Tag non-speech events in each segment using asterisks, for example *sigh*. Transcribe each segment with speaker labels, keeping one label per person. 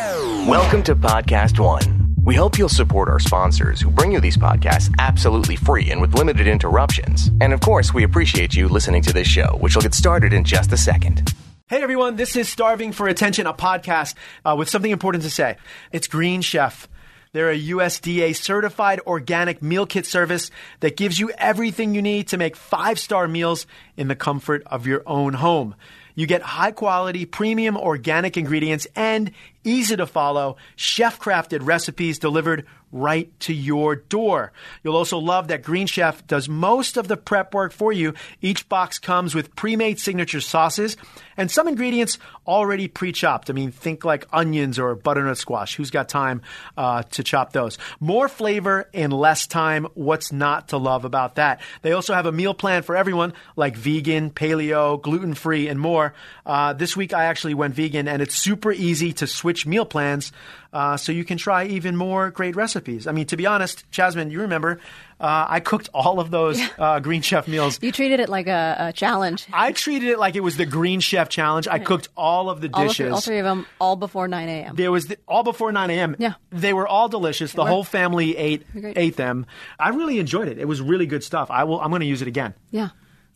Speaker 1: Welcome to Podcast One. We hope you'll support our sponsors who bring you these podcasts absolutely free and with limited interruptions. And of course, we appreciate you listening to this show, which will get started in just a second.
Speaker 2: Hey everyone, this is Starving for Attention, a podcast uh, with something important to say. It's Green Chef. They're a USDA certified organic meal kit service that gives you everything you need to make five star meals in the comfort of your own home. You get high quality, premium organic ingredients and easy to follow, chef crafted recipes delivered right to your door. You'll also love that Green Chef does most of the prep work for you. Each box comes with pre made signature sauces and some ingredients already pre chopped. I mean, think like onions or butternut squash. Who's got time uh, to chop those? More flavor in less time. What's not to love about that? They also have a meal plan for everyone, like vegan, paleo, gluten free, and more. Uh, this week I actually went vegan, and it's super easy to switch meal plans uh, so you can try even more great recipes. I mean, to be honest, Jasmine, you remember, uh, I cooked all of those uh, Green Chef meals.
Speaker 3: You treated it like a, a challenge.
Speaker 2: I treated it like it was the Green Chef challenge. I cooked all of the
Speaker 3: All, of
Speaker 2: dishes.
Speaker 3: three, all three of them, all before 9 a.m.
Speaker 2: There was the, all before 9 a.m.
Speaker 3: Yeah.
Speaker 2: They were all delicious. The
Speaker 3: were.
Speaker 2: whole family ate
Speaker 3: Great.
Speaker 2: ate them. I really enjoyed it. It was really good stuff. I will. I'm going to use it again.
Speaker 3: Yeah,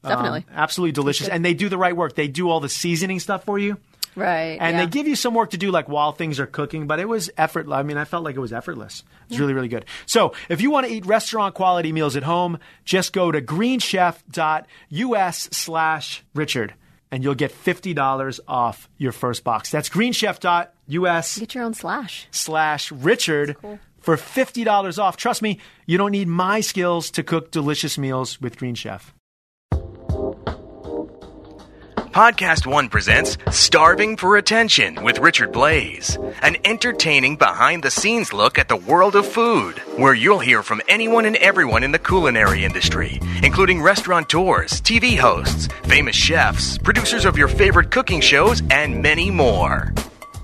Speaker 2: Um,
Speaker 3: definitely.
Speaker 2: absolutely delicious. And they do the right work. They do all the seasoning stuff for you.
Speaker 3: right.
Speaker 2: And
Speaker 3: yeah.
Speaker 2: they give you some work to do, like while things are cooking, but it was effortless. I mean, I felt like it was effortless. It's really, really good. So, if you want to eat restaurant quality meals at home, just go to greenchef.us slash Richard and you'll get $50 off your first box. That's greenchef.us
Speaker 3: Get your own slash.
Speaker 2: slash Richard for $50 off. Trust me, you don't need my skills to cook delicious meals with Green Chef.
Speaker 1: Podcast One presents Starving for Attention with Richard Blaze, an entertaining behind the scenes look at the world of food, where you'll hear from anyone and everyone in the culinary industry, including restaurateurs, TV hosts, famous chefs, producers of your favorite cooking shows, and many more.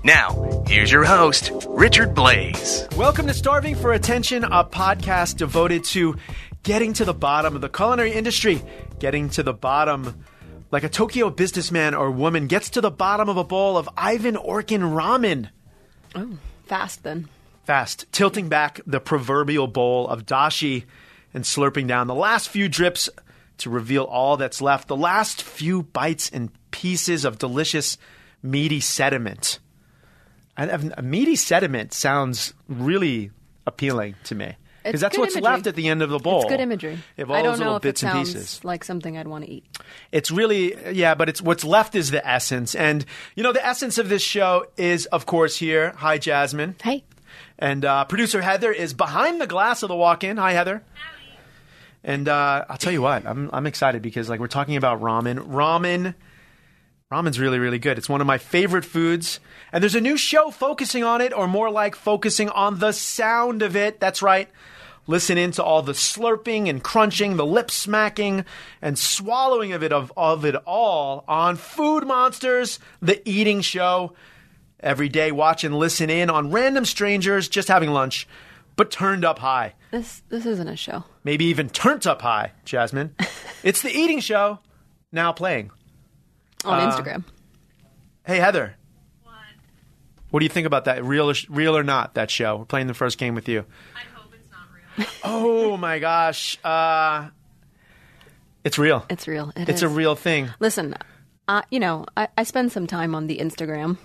Speaker 1: Now, here's your host, Richard Blaze.
Speaker 2: Welcome to Starving for Attention, a podcast devoted to getting to the bottom of the culinary industry, getting to the bottom. Like a Tokyo businessman or woman gets to the bottom of a bowl of Ivan Orkin ramen.
Speaker 3: Fast then.
Speaker 2: Fast, tilting back the proverbial bowl of dashi and slurping down the last few drips to reveal all that's left, the last few bites and pieces of delicious, meaty sediment. I- I've- A meaty sediment sounds really appealing to me because
Speaker 3: It's
Speaker 2: that's
Speaker 3: good
Speaker 2: what's
Speaker 3: imagery.
Speaker 2: left at the end of the bowl.
Speaker 3: It's good imagery.
Speaker 2: Of Oh. all
Speaker 3: I don't
Speaker 2: those
Speaker 3: know
Speaker 2: little
Speaker 3: if
Speaker 2: bits
Speaker 3: it
Speaker 2: and
Speaker 3: sounds
Speaker 2: pieces.
Speaker 3: like something I'd want to eat.
Speaker 2: It's really, yeah, but it's what's left is the essence. And, you know, the essence of this show is, of course, here. Hi, Jasmine.
Speaker 3: Hey,
Speaker 2: And uh, producer Heather is behind the glass of the walk-in. Hi, Heather. And uh, I'll tell you what, I'm I'm excited because like we're talking about ramen. Ramen, ramen's really really good. It's one of my favorite foods. And there's a new show focusing on it, or more like focusing on the sound of it. That's right. Listen in to all the slurping and crunching, the lip smacking and swallowing of it of, of it all on Food Monsters, the eating show every day watch and listen in on random strangers just having lunch, but turned up high.
Speaker 3: this this isn't a show.
Speaker 2: Maybe even turned up high, Jasmine. it's the eating show now playing.
Speaker 3: On
Speaker 2: Uh,
Speaker 3: Instagram.
Speaker 2: Hey, Heather. What do you think about that? Real or, real or not, that show? We're playing the first game with you.
Speaker 4: I hope it's not real.
Speaker 2: *laughs* Oh my gosh. Uh, it's real.
Speaker 3: It's real. It
Speaker 2: It's
Speaker 3: is.
Speaker 2: a real thing.
Speaker 3: Listen, uh, you know, I, I spend some time on the Instagram,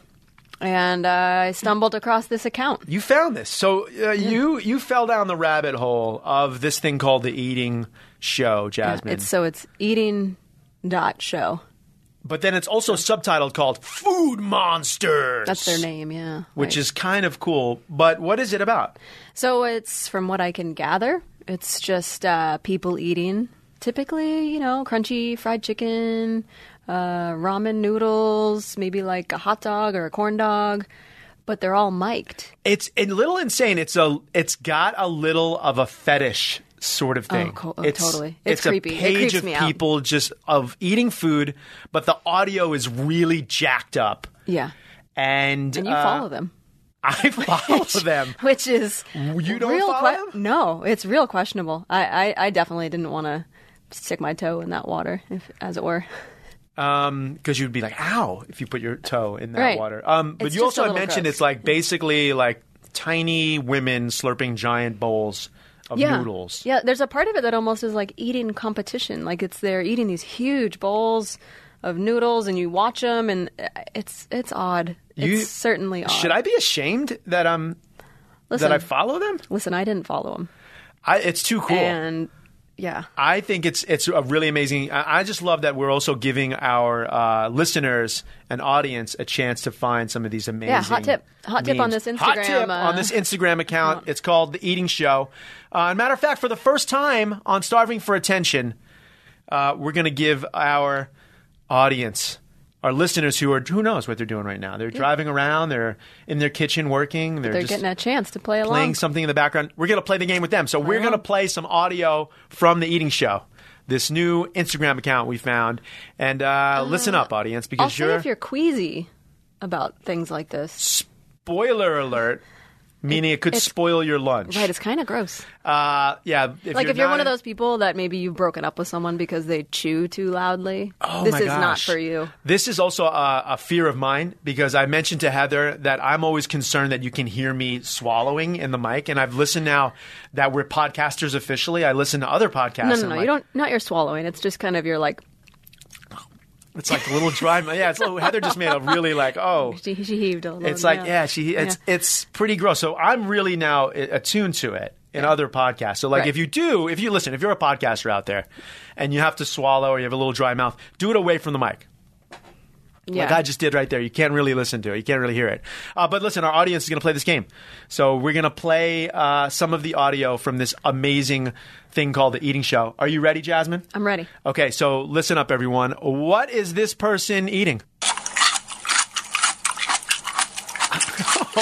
Speaker 3: and I stumbled across this account.
Speaker 2: You found this. So uh, you you fell down the rabbit hole of this thing called the eating show, Jasmine.
Speaker 3: It's so it's eating dot show.
Speaker 2: But then it's also subtitled called Food Monsters.
Speaker 3: That's their name, yeah.
Speaker 2: Which
Speaker 3: right.
Speaker 2: is kind of cool. But what is it about?
Speaker 3: So it's from what I can gather, it's just uh, people eating typically, you know, crunchy fried chicken, uh, ramen noodles, maybe like a hot dog or a corn dog, but they're all mic'd.
Speaker 2: It's a little insane. It's a it's got a little of a fetish sort of thing.
Speaker 3: cool. Oh,
Speaker 2: it's,
Speaker 3: totally. It's creepy.
Speaker 2: a
Speaker 3: It
Speaker 2: page
Speaker 3: creeps
Speaker 2: of
Speaker 3: me out.
Speaker 2: people just of eating food, but the audio is really jacked up.
Speaker 3: Yeah.
Speaker 2: And,
Speaker 3: And you
Speaker 2: uh, *laughs*
Speaker 3: follow them. *laughs*
Speaker 2: I follow them.
Speaker 3: Which is
Speaker 2: You don't
Speaker 3: real
Speaker 2: follow
Speaker 3: que-
Speaker 2: them?
Speaker 3: No, it's real questionable. I, I, I definitely didn't want to stick my toe in that water, if, as it were. *laughs*
Speaker 2: because you'd be like, "Ow!" if you put your toe in that
Speaker 3: Right.
Speaker 2: water. Um, but
Speaker 3: It's
Speaker 2: you also
Speaker 3: just a
Speaker 2: had
Speaker 3: little
Speaker 2: mentioned
Speaker 3: gross.
Speaker 2: it's like basically like tiny women slurping giant bowls of
Speaker 3: yeah.
Speaker 2: noodles.
Speaker 3: Yeah, there's a part of it that almost is like eating competition. Like it's they're eating these huge bowls of noodles, and you watch them, and uh, it's it's odd.
Speaker 2: You-
Speaker 3: it's certainly odd.
Speaker 2: Should I be ashamed that um
Speaker 3: listen?
Speaker 2: that I follow them?
Speaker 3: listen, I didn't follow them,
Speaker 2: I, it's too cool.
Speaker 3: and yeah,
Speaker 2: I think it's it's a really amazing. I I just love that we're also giving our uh, listeners and audience a chance to find some of these amazing.
Speaker 3: Yeah, hot tip. Hot tip on
Speaker 2: memes.
Speaker 3: this
Speaker 2: Hot
Speaker 3: Instagram,
Speaker 2: tip
Speaker 3: uh,
Speaker 2: on this Instagram account. It's called the Eating Show. Uh, matter of fact, for the first time on Starving for Attention, uh, we're going to give our audience. Our listeners who are who knows what they're doing right now. They're driving around. They're in their kitchen working. They're,
Speaker 3: they're
Speaker 2: just
Speaker 3: getting a chance to play along.
Speaker 2: playing something in the background. We're going to play the game with them. So we're
Speaker 3: Wow.
Speaker 2: going to play some audio from the eating show. This new Instagram account we found, and uh, listen up, audience,
Speaker 3: I'll
Speaker 2: because
Speaker 3: say
Speaker 2: you're,
Speaker 3: if you're queasy about things like this,
Speaker 2: spoiler alert, meaning it, could
Speaker 3: it's-
Speaker 2: spoil your lunch.
Speaker 3: right? It's kind of gross.
Speaker 2: Uh, yeah, if
Speaker 3: like
Speaker 2: you're
Speaker 3: if you're
Speaker 2: not-
Speaker 3: one of those people that maybe you've broken up with someone because they chew too loudly,
Speaker 2: Oh
Speaker 3: this
Speaker 2: my
Speaker 3: is not
Speaker 2: gosh.
Speaker 3: for you.
Speaker 2: This is also a, a fear of mine because I mentioned to Heather that I'm always concerned that you can hear me swallowing in the mic, and I've listened now that we're podcasters officially. I listen to other podcasts.
Speaker 3: No,
Speaker 2: and I'm
Speaker 3: no, no.
Speaker 2: like,
Speaker 3: You don't. Not your swallowing. It's just kind of your like.
Speaker 2: It's like a little
Speaker 3: *laughs*
Speaker 2: dry. Yeah, it's a little, Heather just made a really like oh.
Speaker 3: She, she heaved a little.
Speaker 2: It's like yeah, she it's it's pretty gross. So I'm really now a- attuned to it in other podcasts. So like
Speaker 3: Right.
Speaker 2: if you do, if you listen, if you're a podcaster out there and you have to swallow or you have a little dry mouth, do it away from the mic.
Speaker 3: yeah.
Speaker 2: Like I oh just did right there. You can't really listen to it. You can't really hear it. Uh, but listen, our audience is going to play this game. So we're going to play uh, some of the audio from this amazing thing called the Eating Show. Are you ready, Jasmine?
Speaker 3: I'm ready.
Speaker 2: Okay, so listen up, everyone. What is this person eating? *laughs* oh,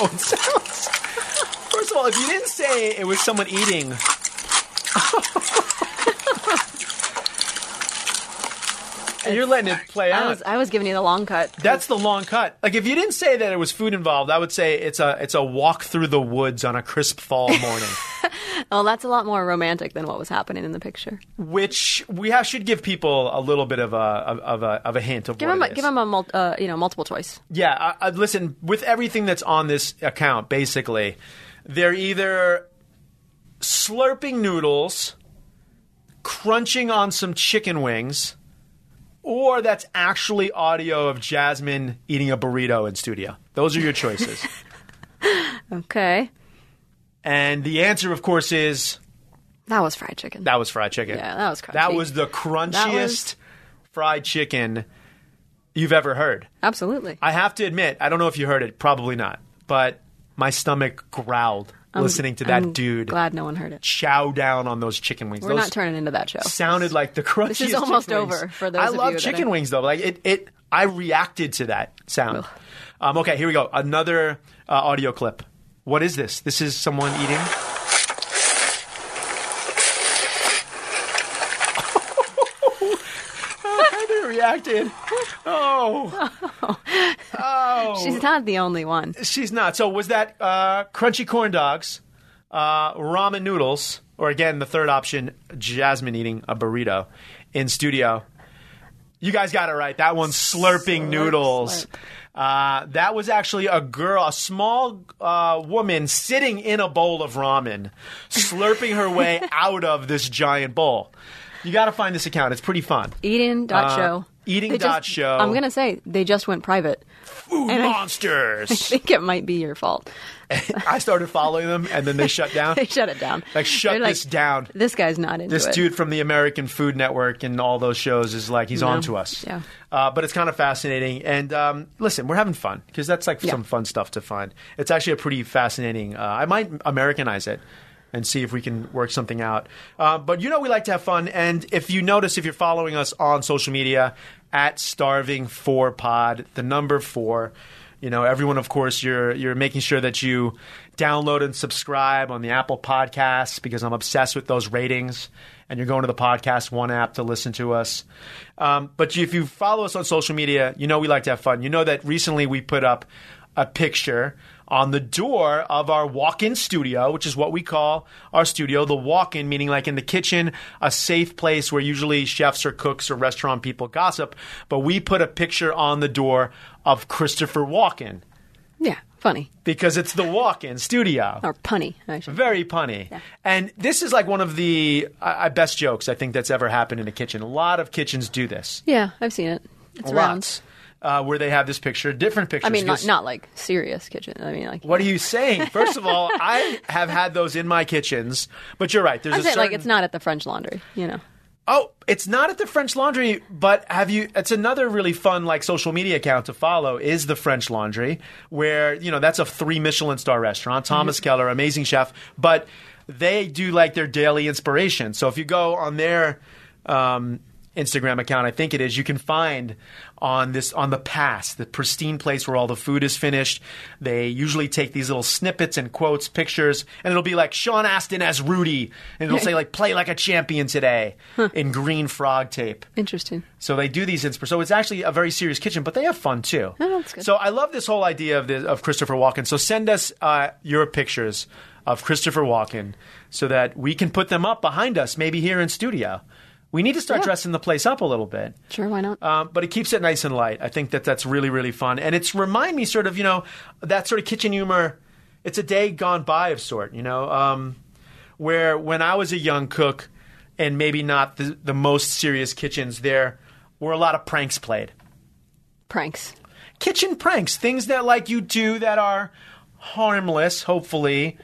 Speaker 2: it sounds. First of all, if you didn't say it was someone eating. *laughs* And you're letting it play
Speaker 3: I
Speaker 2: out.
Speaker 3: was I was giving you the long cut.
Speaker 2: That's the long cut. Like if you didn't say that it was food involved, I would say it's a it's a walk through the woods on a crisp fall
Speaker 3: *laughs*
Speaker 2: morning,
Speaker 3: oh, that's a lot more romantic than what was happening in the picture.
Speaker 2: which we have, should give people a little bit of a of, of a of a hint of
Speaker 3: Give
Speaker 2: what
Speaker 3: him
Speaker 2: it
Speaker 3: a,
Speaker 2: is.
Speaker 3: give him a mul- uh, you know multiple choice.
Speaker 2: Yeah, I, I, listen, with everything that's on this account, basically, they're either slurping noodles, crunching on some chicken wings, or that's actually audio of Jasmine eating a burrito in studio. Those are your
Speaker 3: *laughs*
Speaker 2: choices.
Speaker 3: Okay,
Speaker 2: and the answer, of course, is
Speaker 3: that was fried chicken.
Speaker 2: that was fried chicken.
Speaker 3: Yeah, that was
Speaker 2: That
Speaker 3: crunchy.
Speaker 2: was the crunchiest fried chicken you've ever heard.
Speaker 3: Absolutely.
Speaker 2: I have to admit, I don't know if you heard it, probably not, but my stomach growled listening to that
Speaker 3: I'm
Speaker 2: dude
Speaker 3: Mm. Glad no one heard it.
Speaker 2: chow down on those chicken wings.
Speaker 3: We're
Speaker 2: those
Speaker 3: not turning into that show.
Speaker 2: sounded like the crunchiest.
Speaker 3: is almost
Speaker 2: chicken wings.
Speaker 3: over for those
Speaker 2: I
Speaker 3: of
Speaker 2: love
Speaker 3: you that
Speaker 2: chicken
Speaker 3: are-
Speaker 2: wings though. Like it, it. I reacted to that sound. Um, okay, here we go. Another uh, audio clip. What is this? This is someone eating. *laughs* Heather reacted. Oh,
Speaker 3: She's not the only one.
Speaker 2: she's not. So was that uh, crunchy corn dogs, uh, ramen noodles, or again the third option, Jasmine eating a burrito in studio? You guys got it right. That one's slurping
Speaker 3: Slurp,
Speaker 2: noodles.
Speaker 3: slurp.
Speaker 2: Uh, that was actually a girl, a small uh, woman sitting in a bowl of ramen, slurping her
Speaker 3: *laughs*
Speaker 2: way out of this giant bowl. You got to find this account. It's pretty fun.
Speaker 3: Eating dot
Speaker 2: Uh,
Speaker 3: show.
Speaker 2: Eating
Speaker 3: They
Speaker 2: dot
Speaker 3: just-
Speaker 2: show.
Speaker 3: I'm gonna say they just went private. *laughs*
Speaker 2: Food monsters.
Speaker 3: I *laughs* think it might be your fault.
Speaker 2: I started following them, and then they shut down.
Speaker 3: *laughs* They shut it down.
Speaker 2: Like, shut
Speaker 3: They're
Speaker 2: this down.
Speaker 3: This guy's not into
Speaker 2: This
Speaker 3: it.
Speaker 2: dude from the American Food Network and all those shows is like he's
Speaker 3: No.
Speaker 2: on to us.
Speaker 3: Yeah.
Speaker 2: Uh, but it's kind of fascinating. And um, listen, we're having fun because that's like
Speaker 3: Yeah.
Speaker 2: some fun stuff to find. It's actually a pretty fascinating. Uh, I might Americanize it and see if we can work something out. Uh, but you know we like to have fun. And if you notice, if you're following us on social media at Starving Four Pod, the number four. You know, everyone, of course, you're you're making sure that you download and subscribe on the Apple Podcasts because I'm obsessed with those ratings. And you're going to the podcast one app to listen to us. Um, but if you follow us on social media, you know we like to have fun. You know that recently we put up a picture on the door of our walk in studio, which is what we call our studio, the walk in, meaning like in the kitchen, a safe place where usually chefs or cooks or restaurant people gossip. But we put a picture on the door of Christopher Walken
Speaker 3: Yeah, funny
Speaker 2: because it's the walk in studio.
Speaker 3: or punny. I should.
Speaker 2: Very punny. And this is like one of the I I- best jokes I think that's ever happened in a kitchen. A lot of kitchens do this.
Speaker 3: Yeah, I've seen it. It's around.
Speaker 2: Lots. Uh, where they have this picture, different pictures.
Speaker 3: I mean, not,
Speaker 2: 'cause-
Speaker 3: not like serious kitchen. I mean, like
Speaker 2: What are you saying? First of all, I have had those in my kitchens, but you're right. There's
Speaker 3: I'm
Speaker 2: a
Speaker 3: saying
Speaker 2: certain
Speaker 3: like it's not at the French Laundry. You know,
Speaker 2: Oh, it's not at the French Laundry, but have you? It's another really fun like social media account to follow is the French Laundry, where you know that's a three Michelin star restaurant. Thomas Keller, amazing chef, but they do like their daily inspiration. So if you go on their um, Instagram account, I think it is, you can find on this on the pass, the pristine place where all the food is finished. They usually take these little snippets and quotes, pictures, and it'll be like Sean Astin as Rudy, and it'll say like "Play like a champion today" in green frog tape.
Speaker 3: interesting.
Speaker 2: So they do these inspirations. So it's actually a very serious kitchen, but they have fun too.
Speaker 3: Oh, that's good.
Speaker 2: So I love this whole idea of the, of Christopher Walken. So send us uh, your pictures of Christopher Walken so that we can put them up behind us, maybe here in studio. We need to start
Speaker 3: Yeah.
Speaker 2: dressing the place up a little bit.
Speaker 3: Sure, why not?
Speaker 2: Um, but it keeps it nice and light. I think that that's really, really fun. And it's remind me sort of, you know, that sort of kitchen humor. It's a day gone by of sort, you know, um, where when I was a young cook and maybe not the, the most serious kitchens, there were a lot of pranks played.
Speaker 3: Pranks.
Speaker 2: Kitchen pranks, things that like you do that are harmless, hopefully,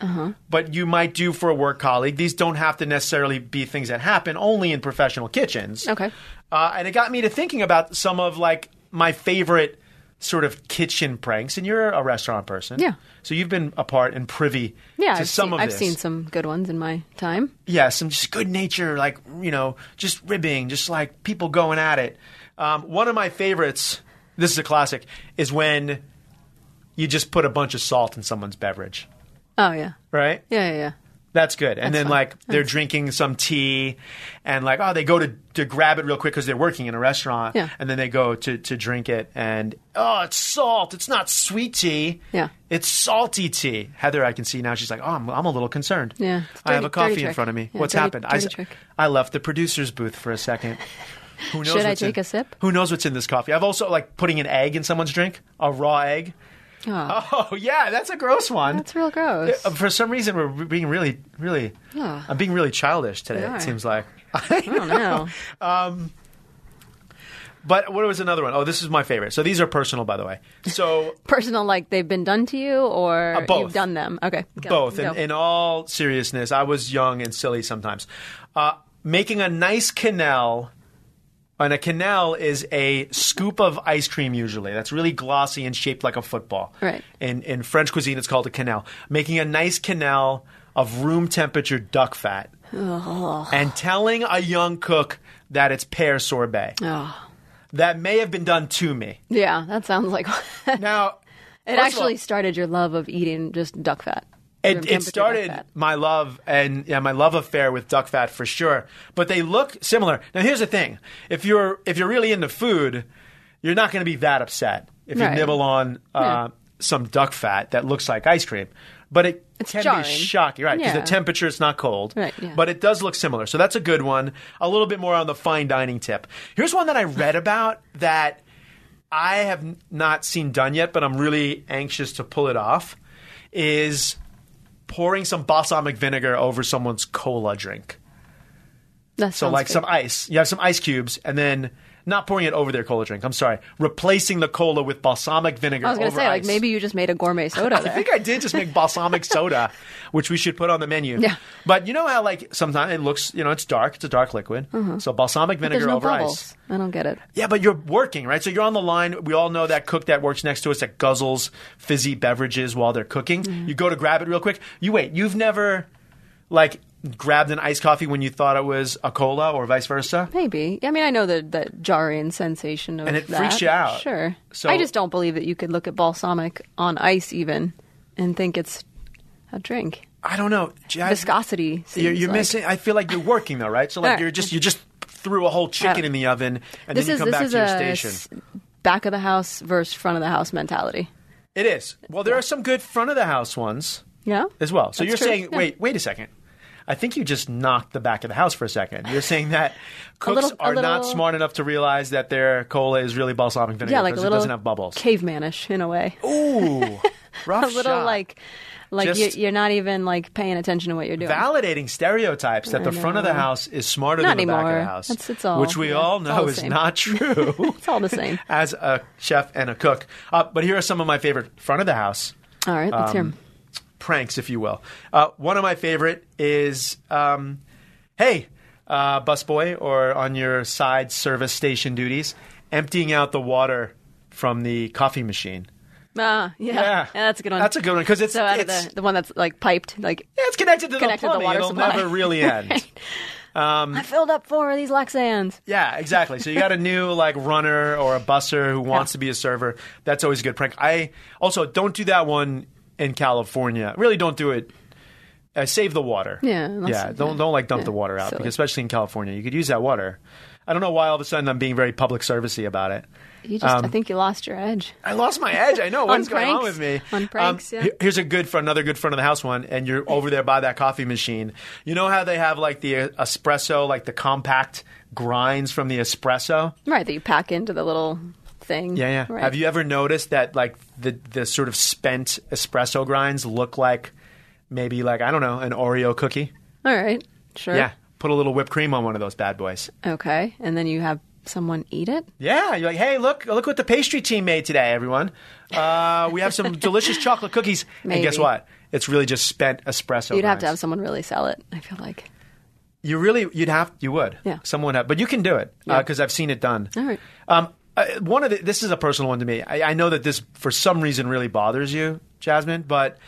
Speaker 2: but you might do for a work colleague. These don't have to necessarily be things that happen only in professional kitchens.
Speaker 3: Okay.
Speaker 2: Uh, and it got me to thinking about some of like my favorite sort of kitchen pranks. And you're a restaurant person,
Speaker 3: Yeah.
Speaker 2: So you've been a part and privy
Speaker 3: Yeah,
Speaker 2: to
Speaker 3: I've,
Speaker 2: some
Speaker 3: seen,
Speaker 2: of
Speaker 3: I've
Speaker 2: this.
Speaker 3: seen some good ones in my time.
Speaker 2: yeah, some just good nature, like you know, just ribbing, just like people going at it. Um, one of my favorites, this is a classic, is when you just put a bunch of salt in someone's beverage,
Speaker 3: Oh yeah,
Speaker 2: right?
Speaker 3: yeah, yeah. yeah.
Speaker 2: That's good. And then
Speaker 3: fun.
Speaker 2: like they're drinking some tea, and like oh they go to, to grab it real quick because they're working in a restaurant,
Speaker 3: Yeah.
Speaker 2: and then they go to to drink it, and oh it's salt. It's not sweet tea.
Speaker 3: Yeah.
Speaker 2: it's salty tea. Heather, I can see now. She's like oh I'm, I'm a little concerned.
Speaker 3: Yeah, it's
Speaker 2: I have
Speaker 3: dirty-
Speaker 2: a coffee
Speaker 3: dirty
Speaker 2: in
Speaker 3: trick.
Speaker 2: front of me.
Speaker 3: Yeah,
Speaker 2: what's
Speaker 3: dirty-
Speaker 2: happened? I
Speaker 3: dirty
Speaker 2: s-
Speaker 3: trick.
Speaker 2: I left the producer's booth for a second. *laughs* Who knows
Speaker 3: Should I
Speaker 2: what's in-
Speaker 3: take a sip?
Speaker 2: Who knows what's in this coffee? I've also like putting an egg in someone's drink, a raw egg. *laughs*
Speaker 3: Oh,
Speaker 2: Oh yeah, that's a gross one.
Speaker 3: that's real gross.
Speaker 2: Uh, For some reason, we're being really, really,
Speaker 3: Yeah.
Speaker 2: I'm being really childish today.
Speaker 3: We
Speaker 2: It
Speaker 3: are.
Speaker 2: seems like.
Speaker 3: I don't
Speaker 2: *laughs*
Speaker 3: know.
Speaker 2: But what was another one? Oh, this is my favorite. So these are personal, by the way. So
Speaker 3: Personal, like they've been done to you, or
Speaker 2: Uh, both.
Speaker 3: you've done them. Okay, go,
Speaker 2: both,
Speaker 3: go.
Speaker 2: in, in all seriousness, I was young and silly sometimes. Uh, making a nice canal, and a canal is a scoop of ice cream usually. That's really glossy and shaped like a football.
Speaker 3: Right.
Speaker 2: In in French cuisine, it's called a canal. Making a nice canal of room temperature duck fat, and telling a young cook that it's pear sorbet.
Speaker 3: Oh.
Speaker 2: That may have been done to me.
Speaker 3: yeah, that sounds like *laughs* it
Speaker 2: Now. first of all-
Speaker 3: actually started your love of eating just duck fat. Room
Speaker 2: It,
Speaker 3: temperature
Speaker 2: it
Speaker 3: duck
Speaker 2: started
Speaker 3: fat.
Speaker 2: my love and yeah, my love affair with duck fat for sure. But they look similar. Now here's the thing: if you're if you're really into food, you're not going to be that upset if you
Speaker 3: Right.
Speaker 2: nibble on uh,
Speaker 3: Yeah.
Speaker 2: some duck fat that looks like ice cream. But it can
Speaker 3: jarring.
Speaker 2: be shocking, right? Because
Speaker 3: Yeah.
Speaker 2: the temperature is not cold,
Speaker 3: Right, yeah.
Speaker 2: but it does look similar. So that's a good one. A little bit more on the fine dining tip. Here's one that I read about that. I have n- not seen done yet, but I'm really anxious to pull it off. Is pouring some balsamic vinegar over someone's cola drink.
Speaker 3: That
Speaker 2: So,
Speaker 3: sounds
Speaker 2: like
Speaker 3: good.
Speaker 2: some ice. You have some ice cubes, and then not pouring it over their cola drink. I'm sorry. Replacing the cola with balsamic vinegar
Speaker 3: I was gonna
Speaker 2: over
Speaker 3: say, like
Speaker 2: ice.
Speaker 3: maybe you just made a gourmet
Speaker 2: *laughs*
Speaker 3: soda.
Speaker 2: I
Speaker 3: there.
Speaker 2: think I did just make
Speaker 3: *laughs*
Speaker 2: balsamic soda, which we should put on the menu.
Speaker 3: Yeah.
Speaker 2: But you know how, like, sometimes it looks, you know, it's dark. It's a dark liquid. So, balsamic vinegar
Speaker 3: Uh-huh. There's
Speaker 2: over
Speaker 3: no bubbles.
Speaker 2: ice.
Speaker 3: I don't get it.
Speaker 2: Yeah, but you're working, right? So you're on the line. We all know that cook that works next to us that guzzles fizzy beverages while they're cooking.
Speaker 3: Mm-hmm.
Speaker 2: You go to grab it real quick. You wait. You've never like grabbed an iced coffee when you thought it was a cola or vice versa.
Speaker 3: Maybe. I mean, I know the the jarring sensation of
Speaker 2: And it
Speaker 3: that.
Speaker 2: freaks you out.
Speaker 3: Sure.
Speaker 2: So-
Speaker 3: I just don't believe that you could look at balsamic on ice even and think it's a drink.
Speaker 2: I don't know. Jack,
Speaker 3: Viscosity. Seems
Speaker 2: You're, you're
Speaker 3: like-
Speaker 2: missing. I feel like you're working though, right? So
Speaker 3: All
Speaker 2: like
Speaker 3: right.
Speaker 2: you're just you just threw a whole chicken
Speaker 3: Yeah.
Speaker 2: in the oven and
Speaker 3: This
Speaker 2: then you
Speaker 3: is
Speaker 2: come
Speaker 3: this
Speaker 2: back
Speaker 3: is
Speaker 2: to your
Speaker 3: a
Speaker 2: station.
Speaker 3: s- back of the house versus front of the house mentality.
Speaker 2: It is. Well, there are some good front of the house ones
Speaker 3: Yeah.
Speaker 2: as well. So
Speaker 3: That's
Speaker 2: you're
Speaker 3: true.
Speaker 2: saying,
Speaker 3: Yeah.
Speaker 2: wait, wait a second. I think you just knocked the back of the house for a second. You're saying that cooks
Speaker 3: little- *laughs* a
Speaker 2: are not
Speaker 3: little-
Speaker 2: smart enough to realize that their cola is really balsamic vinegar
Speaker 3: Yeah, like a
Speaker 2: because
Speaker 3: little
Speaker 2: it doesn't have bubbles.
Speaker 3: cavemanish in a way. *laughs*
Speaker 2: Ooh, rough
Speaker 3: a little
Speaker 2: shot.
Speaker 3: like, like
Speaker 2: Just-
Speaker 3: you, you're not even like paying attention to what you're doing.
Speaker 2: validating stereotypes that the front of the
Speaker 3: know.
Speaker 2: house is smarter
Speaker 3: Not
Speaker 2: than the back of
Speaker 3: anymore.
Speaker 2: the house,
Speaker 3: That's- it's all-
Speaker 2: which we
Speaker 3: yeah,
Speaker 2: all
Speaker 3: it's
Speaker 2: know
Speaker 3: all the
Speaker 2: is
Speaker 3: same.
Speaker 2: not true.
Speaker 3: *laughs* it's all
Speaker 2: *laughs*
Speaker 3: the same.
Speaker 2: as a chef and a cook, uh, but here are some of my favorite front of the house
Speaker 3: All right, let's
Speaker 2: Um,
Speaker 3: hear 'em.
Speaker 2: pranks, if you will. Uh, one of my favorite is, um, hey, uh, busboy or on your side service station duties, emptying out the water from the coffee machine.
Speaker 3: Ah, *laughs* yeah. that's a good one.
Speaker 2: That's a good one because it's
Speaker 3: So out of
Speaker 2: it's,
Speaker 3: the, the one that's like piped, like
Speaker 2: yeah, it's connected to
Speaker 3: connected
Speaker 2: the
Speaker 3: to the
Speaker 2: plumbing.
Speaker 3: water
Speaker 2: It'll
Speaker 3: supply.
Speaker 2: never
Speaker 3: *laughs*
Speaker 2: really end. Um,
Speaker 3: I filled up four of these laxans.
Speaker 2: Yeah, exactly. So you got a new like runner or a busser who wants to be a server. That's always a good prank. I also don't do that one in California. Really, don't do it. Uh, save the water.
Speaker 3: Yeah, unless-
Speaker 2: yeah. Don't
Speaker 3: yeah.
Speaker 2: don't like dump
Speaker 3: Yeah,
Speaker 2: the water out
Speaker 3: silly.
Speaker 2: because especially in California, you could use that water. I don't know why all of a sudden I'm being very public servicey about it.
Speaker 3: You just,
Speaker 2: Um,
Speaker 3: I think you lost your edge.
Speaker 2: I lost my edge. I know
Speaker 3: *laughs* On
Speaker 2: what's going on with
Speaker 3: pranks.
Speaker 2: me. Um,
Speaker 3: On pranks, yeah.
Speaker 2: he- Here's a good for another good front of the house one, and you're over there by that coffee machine. You know how they have like the uh, espresso, like the compact grinds from the espresso.
Speaker 3: Right, that you pack into the little thing.
Speaker 2: Yeah, yeah.
Speaker 3: Right.
Speaker 2: Have you ever noticed that like the the sort of spent espresso grinds look like maybe like I don't know an Oreo cookie?
Speaker 3: All right, sure.
Speaker 2: Yeah. Put a little whipped cream on one of those bad boys.
Speaker 3: Okay, and then you have someone eat it.
Speaker 2: Yeah, you're like, hey, look, look what the pastry team made today, everyone. Uh, we have
Speaker 3: *laughs*
Speaker 2: some delicious chocolate cookies, and guess
Speaker 3: Maybe.
Speaker 2: what? It's really just spent espresso.
Speaker 3: You'd have to have
Speaker 2: grinds.
Speaker 3: someone really sell it. I feel like.
Speaker 2: You really, you'd have, you would.
Speaker 3: Yeah.
Speaker 2: Someone have, but you can do it
Speaker 3: Yeah.
Speaker 2: because I've seen it done.
Speaker 3: All right.
Speaker 2: Um, uh, one of the, this is a personal one to me. I, I know that this for some reason really bothers you, Jasmine, but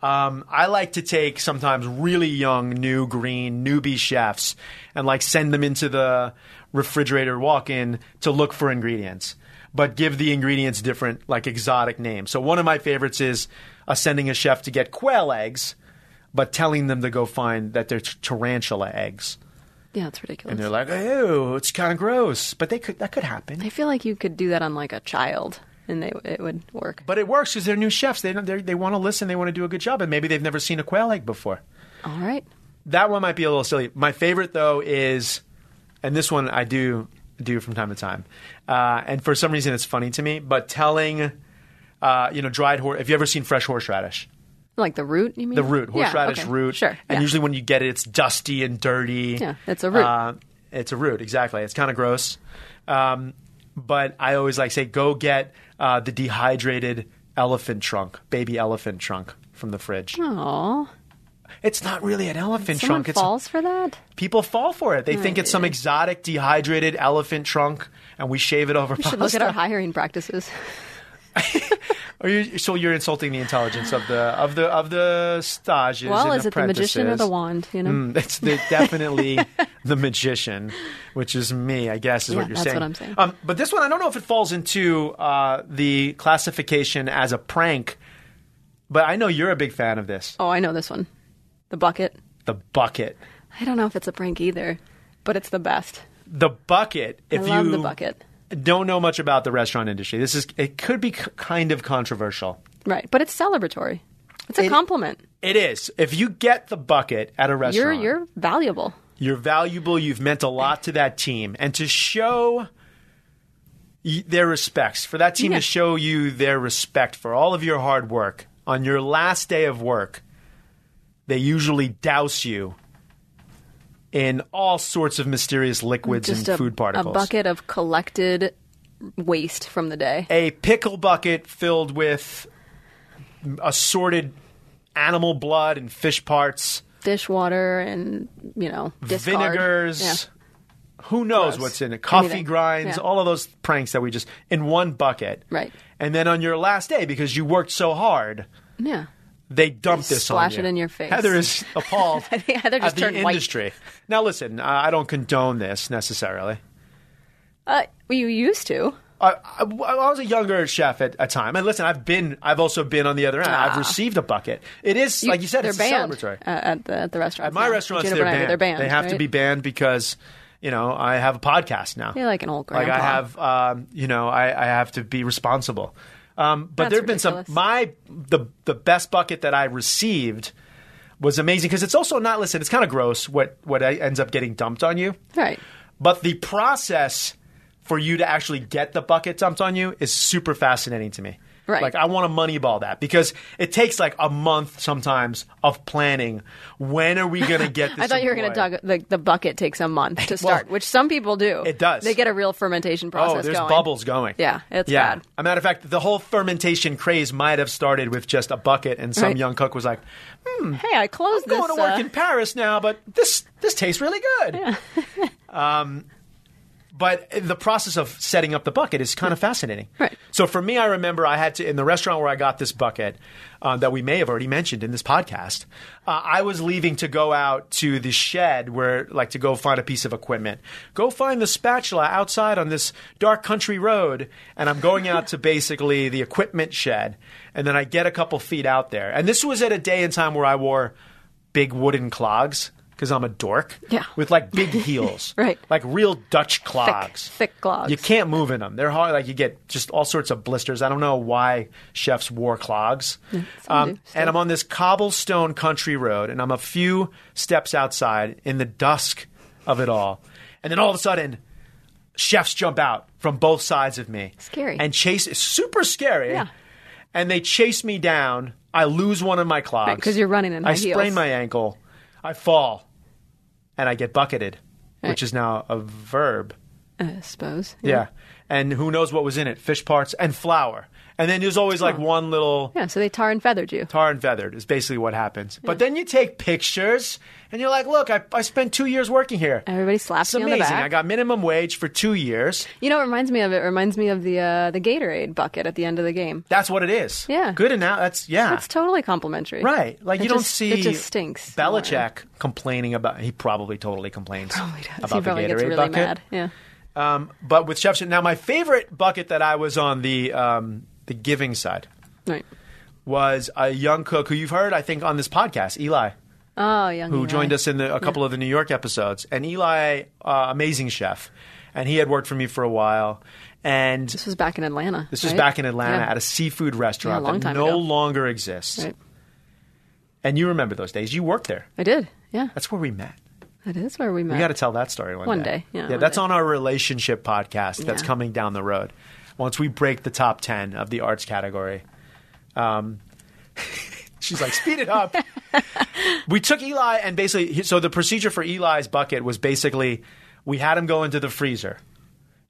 Speaker 2: um, I like to take sometimes really young, new green newbie chefs and like send them into the refrigerator walk-in to look for ingredients, but give the ingredients different like exotic names. So one of my favorites is uh, sending a chef to get quail eggs, but telling them to go find that they're t- tarantula eggs.
Speaker 3: Yeah, it's ridiculous.
Speaker 2: And they're like, "Ew, it's kind of gross," but they could that could happen.
Speaker 3: I feel like you could do that on like a child, and they, it would work.
Speaker 2: But it works because they're new chefs. They don't, they're- they want to listen. They want to do a good job, and maybe they've never seen a quail egg before.
Speaker 3: All right.
Speaker 2: That one might be a little silly. My favorite though is, and this one I do do from time to time, uh, and for some reason it's funny to me. But telling, uh, you know, dried horse. Have you ever seen fresh horseradish?
Speaker 3: Like the root, you mean?
Speaker 2: The root,
Speaker 3: Yeah,
Speaker 2: horseradish
Speaker 3: okay.
Speaker 2: root.
Speaker 3: Sure.
Speaker 2: And
Speaker 3: yeah.
Speaker 2: usually when you get it, it's dusty and dirty.
Speaker 3: Yeah, it's a root.
Speaker 2: Uh, it's a root, exactly. It's kind of gross. Um, but I always like say, go get uh, the dehydrated elephant trunk, baby elephant trunk from the fridge.
Speaker 3: Aw.
Speaker 2: It's not really an elephant
Speaker 3: Hmm. Someone Uh,
Speaker 2: trunk. It's
Speaker 3: falls for that?
Speaker 2: people fall for it. They think it's some exotic dehydrated elephant trunk, and we shave it over.
Speaker 3: We should look at our hiring practices.
Speaker 2: Are you, so you're insulting the intelligence of the of the of the stages.
Speaker 3: well,
Speaker 2: and
Speaker 3: is it the magician or the
Speaker 2: apprentices.
Speaker 3: wand, you know?
Speaker 2: Mm, it's the,
Speaker 3: *laughs*
Speaker 2: definitely the magician, which is me, I guess, is
Speaker 3: Yeah,
Speaker 2: what you're
Speaker 3: that's
Speaker 2: saying.
Speaker 3: what I'm saying.
Speaker 2: Um, but this one, I don't know if it falls into uh, the classification as a prank, but I know you're a big fan of this
Speaker 3: Oh, I know this one. The bucket.
Speaker 2: the bucket.
Speaker 3: I don't know if it's a prank either, but it's the best.
Speaker 2: The bucket. If
Speaker 3: I love
Speaker 2: you
Speaker 3: the bucket.
Speaker 2: don't know much about the restaurant industry, this is it could be c- kind of controversial.
Speaker 3: Right. But it's celebratory. It's a compliment.
Speaker 2: It is. If you get the bucket at a
Speaker 3: You're
Speaker 2: restaurant,
Speaker 3: you're valuable.
Speaker 2: You're valuable. You've meant a lot to that team. And to show y- their respects, for that team
Speaker 3: Yeah.
Speaker 2: to show you their respect for all of your hard work on your last day of work, they usually douse you in all sorts of mysterious liquids
Speaker 3: Just
Speaker 2: and
Speaker 3: a,
Speaker 2: food particles.
Speaker 3: a bucket of collected waste from the day.
Speaker 2: A pickle bucket filled with assorted animal blood and fish parts.
Speaker 3: Dish water and, you know, discard.
Speaker 2: vinegars.
Speaker 3: Yeah.
Speaker 2: Who knows
Speaker 3: Gross.
Speaker 2: what's in it? Coffee
Speaker 3: Anything.
Speaker 2: grinds,
Speaker 3: Yeah.
Speaker 2: all of those pranks that we just in one bucket.
Speaker 3: Right.
Speaker 2: And then on your last day, because you worked so hard,
Speaker 3: Yeah.
Speaker 2: they dump this on
Speaker 3: splash
Speaker 2: you.
Speaker 3: it in your face.
Speaker 2: Heather
Speaker 3: *laughs*
Speaker 2: is appalled
Speaker 3: I think Heather just
Speaker 2: at the
Speaker 3: turned white.
Speaker 2: industry. Now, listen, I I don't condone this necessarily.
Speaker 3: Uh, you used to.
Speaker 2: I, I, I was a younger chef at a time, and listen, I've been, I've also been on the other end. I've
Speaker 3: Ah.
Speaker 2: received a bucket. It is like you said,
Speaker 3: they're
Speaker 2: it's
Speaker 3: banned
Speaker 2: a celebratory.
Speaker 3: uh, at the at the restaurant.
Speaker 2: At my restaurants, they're banned.
Speaker 3: They're banned.
Speaker 2: They have to
Speaker 3: right?
Speaker 2: be banned because you know I have a podcast now.
Speaker 3: You're like an old
Speaker 2: Like I
Speaker 3: grandpa.
Speaker 2: have, um, you know, I, I have to be responsible. Um, but
Speaker 3: That's
Speaker 2: there have been some.
Speaker 3: ridiculous.
Speaker 2: My the the best bucket that I received was amazing because it's also not. Listen, it's kind of gross what what I- ends up getting dumped on you.
Speaker 3: Right.
Speaker 2: But the process for you to actually get the bucket dumped on you is super fascinating to me.
Speaker 3: Right.
Speaker 2: Like I want to moneyball that because it takes like a month sometimes of planning. When are we going
Speaker 3: *laughs*
Speaker 2: to get this?
Speaker 3: I thought you were going to
Speaker 2: employed?
Speaker 3: talk. Like the bucket takes
Speaker 2: *laughs*
Speaker 3: a month to start, which some people do.
Speaker 2: it does.
Speaker 3: They get a real fermentation process.
Speaker 2: Oh, there's
Speaker 3: going.
Speaker 2: bubbles going.
Speaker 3: Yeah, it's
Speaker 2: yeah.
Speaker 3: bad.
Speaker 2: A matter of fact, the whole fermentation craze might have started with just a bucket, and some
Speaker 3: Right.
Speaker 2: young cook was like,
Speaker 3: Hey, I closed
Speaker 2: "Going
Speaker 3: this.
Speaker 2: to work
Speaker 3: uh,
Speaker 2: in Paris now, but this this tastes really good." um, but the process of setting up the bucket is kind of fascinating.
Speaker 3: Right.
Speaker 2: So for me, I remember I had to in the restaurant where I got this bucket uh, that we may have already mentioned in this podcast. Uh, I was leaving to go out to the shed where, like, to go find a piece of equipment. Go find the spatula outside on this dark country road, and I'm going out
Speaker 3: *laughs*
Speaker 2: to basically the equipment shed, and then I get a couple feet out there. And this was at a day and time where I wore big wooden clogs because I'm a dork.
Speaker 3: Yeah.
Speaker 2: With like big heels.
Speaker 3: *laughs* Right.
Speaker 2: Like real Dutch clogs.
Speaker 3: thick clogs.
Speaker 2: You can't move in them. They're hard. Like you get just all sorts of blisters. I don't know why chefs wore clogs. Um,
Speaker 3: some do, still.
Speaker 2: and I'm on this cobblestone country road, and I'm a few steps outside in the dusk of it all, and then all of a sudden. Chefs jump out from both sides of me.
Speaker 3: Scary.
Speaker 2: And chase is super scary.
Speaker 3: Yeah.
Speaker 2: And they chase me down. I lose one of my clogs.
Speaker 3: 'cause you're running in
Speaker 2: I
Speaker 3: high heels.
Speaker 2: sprain my ankle. I fall. And I get bucketed,
Speaker 3: Right.
Speaker 2: which is now a verb.
Speaker 3: uh, *laughs* I suppose.
Speaker 2: Yeah. And who knows what was in it? Fish parts and flour. And then there's always like one little
Speaker 3: Yeah. So they tar and feathered you.
Speaker 2: tar and feathered is basically what happens. But then you take pictures and you're like, look, I, I spent two years working here.
Speaker 3: Everybody slaps
Speaker 2: It's
Speaker 3: you on the
Speaker 2: amazing.
Speaker 3: back.
Speaker 2: I got minimum wage for two years.
Speaker 3: you know, what reminds me of it. Reminds me of the uh, the Gatorade bucket at the end of the game.
Speaker 2: That's what it is.
Speaker 3: Yeah.
Speaker 2: Good enough. That's, yeah.
Speaker 3: That's totally complimentary. *laughs* Oh
Speaker 2: Right. Like,
Speaker 3: It
Speaker 2: you don't
Speaker 3: just-
Speaker 2: see
Speaker 3: It just stinks.
Speaker 2: Belichick complaining about, he probably totally complains
Speaker 3: Oh, he does.
Speaker 2: about
Speaker 3: he
Speaker 2: the
Speaker 3: probably
Speaker 2: Gatorade
Speaker 3: gets really
Speaker 2: bucket.
Speaker 3: mad. Yeah.
Speaker 2: Um, but with Chef's, now my favorite bucket that I was on the um, the giving side
Speaker 3: Right.
Speaker 2: was a young cook who you've heard, I think, on this podcast, Eli,
Speaker 3: Oh, young.
Speaker 2: who joined us in the, a couple of the New York episodes. And Eli, uh, amazing chef, and he had worked for me for a while. And
Speaker 3: This was back in Atlanta.
Speaker 2: this was
Speaker 3: right?
Speaker 2: back in Atlanta
Speaker 3: Yeah.
Speaker 2: at a seafood restaurant
Speaker 3: long
Speaker 2: that
Speaker 3: time
Speaker 2: no
Speaker 3: ago.
Speaker 2: longer exists.
Speaker 3: Right.
Speaker 2: And you remember those days. You worked there.
Speaker 3: I did. Yeah.
Speaker 2: That's where we met.
Speaker 3: That is where we met.
Speaker 2: We got to tell that story one,
Speaker 3: One day, yeah, one
Speaker 2: that's
Speaker 3: day.
Speaker 2: on our relationship podcast that's
Speaker 3: Yeah.
Speaker 2: coming down the road. Once we break the top 10 of the arts category. Um, *laughs* she's like, speed it up. we took Eli and basically, he- so the procedure for Eli's bucket was basically we had him go into the freezer.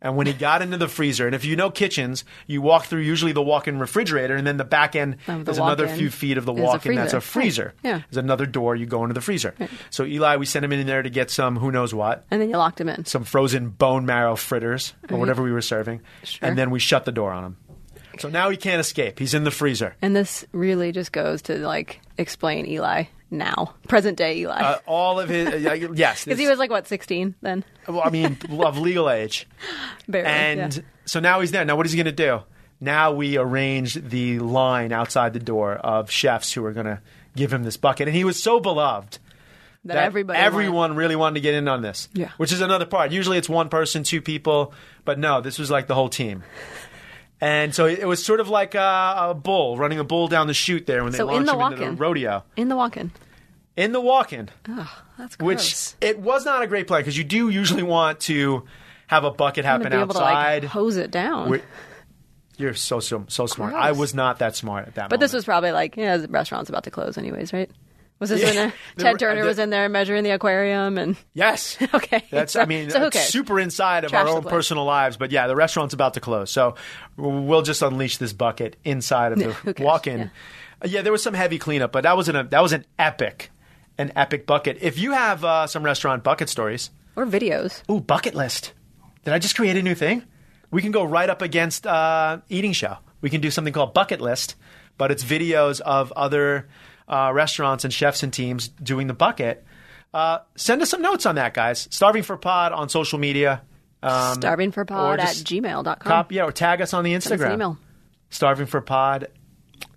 Speaker 2: And when he got into the freezer, and if you know kitchens, you walk through usually the walk-in refrigerator, and then the back end
Speaker 3: Um, the
Speaker 2: is another
Speaker 3: walk-in
Speaker 2: few feet of the
Speaker 3: is a
Speaker 2: walk-in that's a
Speaker 3: freezer.
Speaker 2: freezer.
Speaker 3: Right. Yeah.
Speaker 2: There's another door you go into the freezer. So Eli, we sent him in there to get some who knows what,
Speaker 3: and then you locked him in.
Speaker 2: some frozen bone marrow fritters or
Speaker 3: Right.
Speaker 2: whatever we were serving,
Speaker 3: Sure.
Speaker 2: and then we shut the door on him. So now he can't escape. He's in the freezer.
Speaker 3: and this really just goes to like explain Eli now, present day Eli,
Speaker 2: Uh, all of his uh,
Speaker 3: *laughs*
Speaker 2: yes,
Speaker 3: because he
Speaker 2: it's-
Speaker 3: was like what sixteen then,
Speaker 2: well, I mean of legal age,
Speaker 3: barely.
Speaker 2: and
Speaker 3: yeah.
Speaker 2: so now he's there. Now what is he going to do? Now we arranged the line outside the door of chefs who are going to give him this bucket, and he was so beloved.
Speaker 3: that, everybody,
Speaker 2: everyone really wanted to get in on this.
Speaker 3: Yeah.
Speaker 2: Which is another part. Usually it's one person, two people, but no, this was like the whole team. And so it it was sort of like a, a bull running a bull down the chute there when they
Speaker 3: So in
Speaker 2: launched
Speaker 3: the
Speaker 2: him into the
Speaker 3: walk-in.
Speaker 2: rodeo
Speaker 3: in the walk-in.
Speaker 2: in the walk-in,
Speaker 3: That's
Speaker 2: which
Speaker 3: gross.
Speaker 2: it was not a great plan because you do usually want to have a bucket
Speaker 3: To
Speaker 2: happen
Speaker 3: be able
Speaker 2: outside.
Speaker 3: to like hose it down.
Speaker 2: Wait, You're so so so smart.
Speaker 3: Gross.
Speaker 2: I was not that smart at that.
Speaker 3: but this was probably like yeah, the restaurant's about to close anyways, right? Was this
Speaker 2: Yeah.
Speaker 3: when uh,
Speaker 2: *laughs* The
Speaker 3: Ted
Speaker 2: re-
Speaker 3: Turner
Speaker 2: the-
Speaker 3: was in there measuring the aquarium and
Speaker 2: yes.
Speaker 3: *laughs* okay?
Speaker 2: That's
Speaker 3: so,
Speaker 2: I mean
Speaker 3: so who
Speaker 2: it's
Speaker 3: cares?
Speaker 2: super inside of
Speaker 3: Trash
Speaker 2: our
Speaker 3: the
Speaker 2: own
Speaker 3: place.
Speaker 2: personal lives, but yeah, the restaurant's about to close, so we'll just unleash this bucket inside of
Speaker 3: *laughs* Yeah,
Speaker 2: the
Speaker 3: who cares?
Speaker 2: walk-in.
Speaker 3: Yeah.
Speaker 2: Uh, yeah, there was some heavy cleanup, but that was an that was an epic, an epic bucket. If you have uh, some restaurant bucket stories,
Speaker 3: or videos.
Speaker 2: ooh, bucket list. Did I just create a new thing? We can go right up against uh, eating show. We can do something called bucket list, but it's videos of other uh, restaurants and chefs and teams doing the bucket. Uh, send us some notes on that, guys. Starving for Pod on social media. Um,
Speaker 3: Starving for pod
Speaker 2: or
Speaker 3: at
Speaker 2: just
Speaker 3: gmail.com.
Speaker 2: Cop, yeah, or tag us on the
Speaker 3: Send us an
Speaker 2: Instagram.
Speaker 3: email.
Speaker 2: Starving for Pod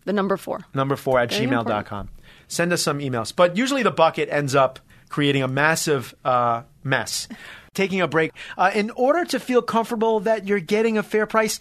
Speaker 3: The number four.
Speaker 2: number four at
Speaker 3: Very
Speaker 2: gmail.com. Send us some emails. But usually the bucket ends up creating a massive uh, mess. Taking a break. Uh, in order to feel comfortable that you're getting a fair price,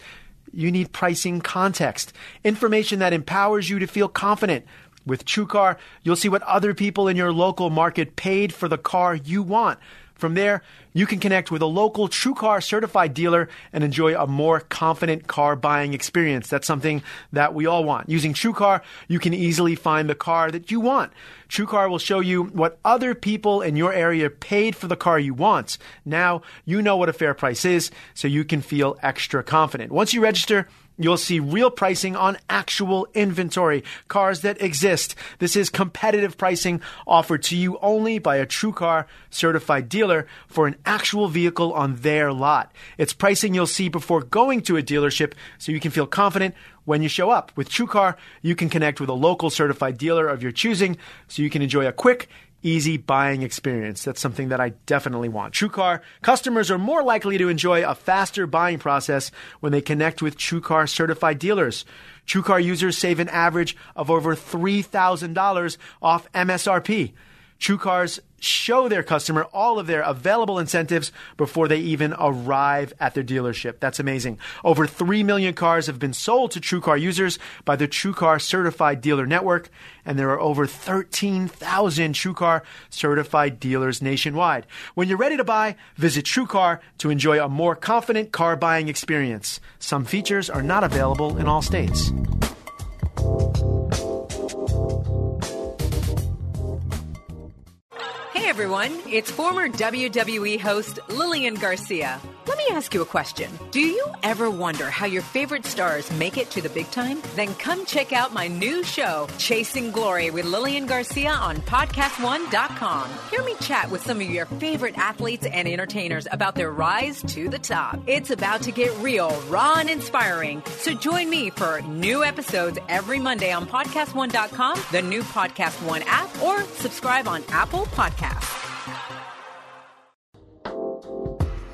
Speaker 2: You need pricing context, information that empowers you to feel confident. With TrueCar, you'll see what other people in your local market paid for the car you want. From there, you can connect with a local TrueCar certified dealer and enjoy a more confident car buying experience. That's something that we all want. Using TrueCar, you can easily find the car that you want. TrueCar will show you what other people in your area paid for the car you want. Now, you know what a fair price is, so you can feel extra confident. Once you register, You'll see real pricing on actual inventory, cars that exist. This is competitive pricing offered to you only by a true car certified dealer for an actual vehicle on their lot. It's pricing you'll see before going to a dealership so you can feel confident when you show up. With TrueCar, you can connect with a local certified dealer of your choosing so you can enjoy a quick, easy buying experience. That's something that I definitely want. TrueCar customers are more likely to enjoy a faster buying process when they connect with TrueCar certified dealers. TrueCar users save an average of over $3,000 off MSRP. TrueCars show their customer all of their available incentives before they even arrive at their dealership. That's amazing. Over 3 million cars have been sold to TrueCar users by the TrueCar Certified Dealer Network, and there are over 13,000 TrueCar certified dealers nationwide. When you're ready to buy, visit TrueCar to enjoy a more confident car buying experience. Some features are not available in all states.
Speaker 4: Hey everyone, it's former WWE host Lillian Garcia. Let me ask you a question. Do you ever wonder how your favorite stars make it to the big time? Then come check out my new show, Chasing Glory with Lillian Garcia on podcast1.com. Hear me chat with some of your favorite athletes and entertainers about their rise to the top. It's about to get real, raw, and inspiring. So join me for new episodes every Monday on podcast1.com, the new Podcast One app, or subscribe on Apple Podcasts.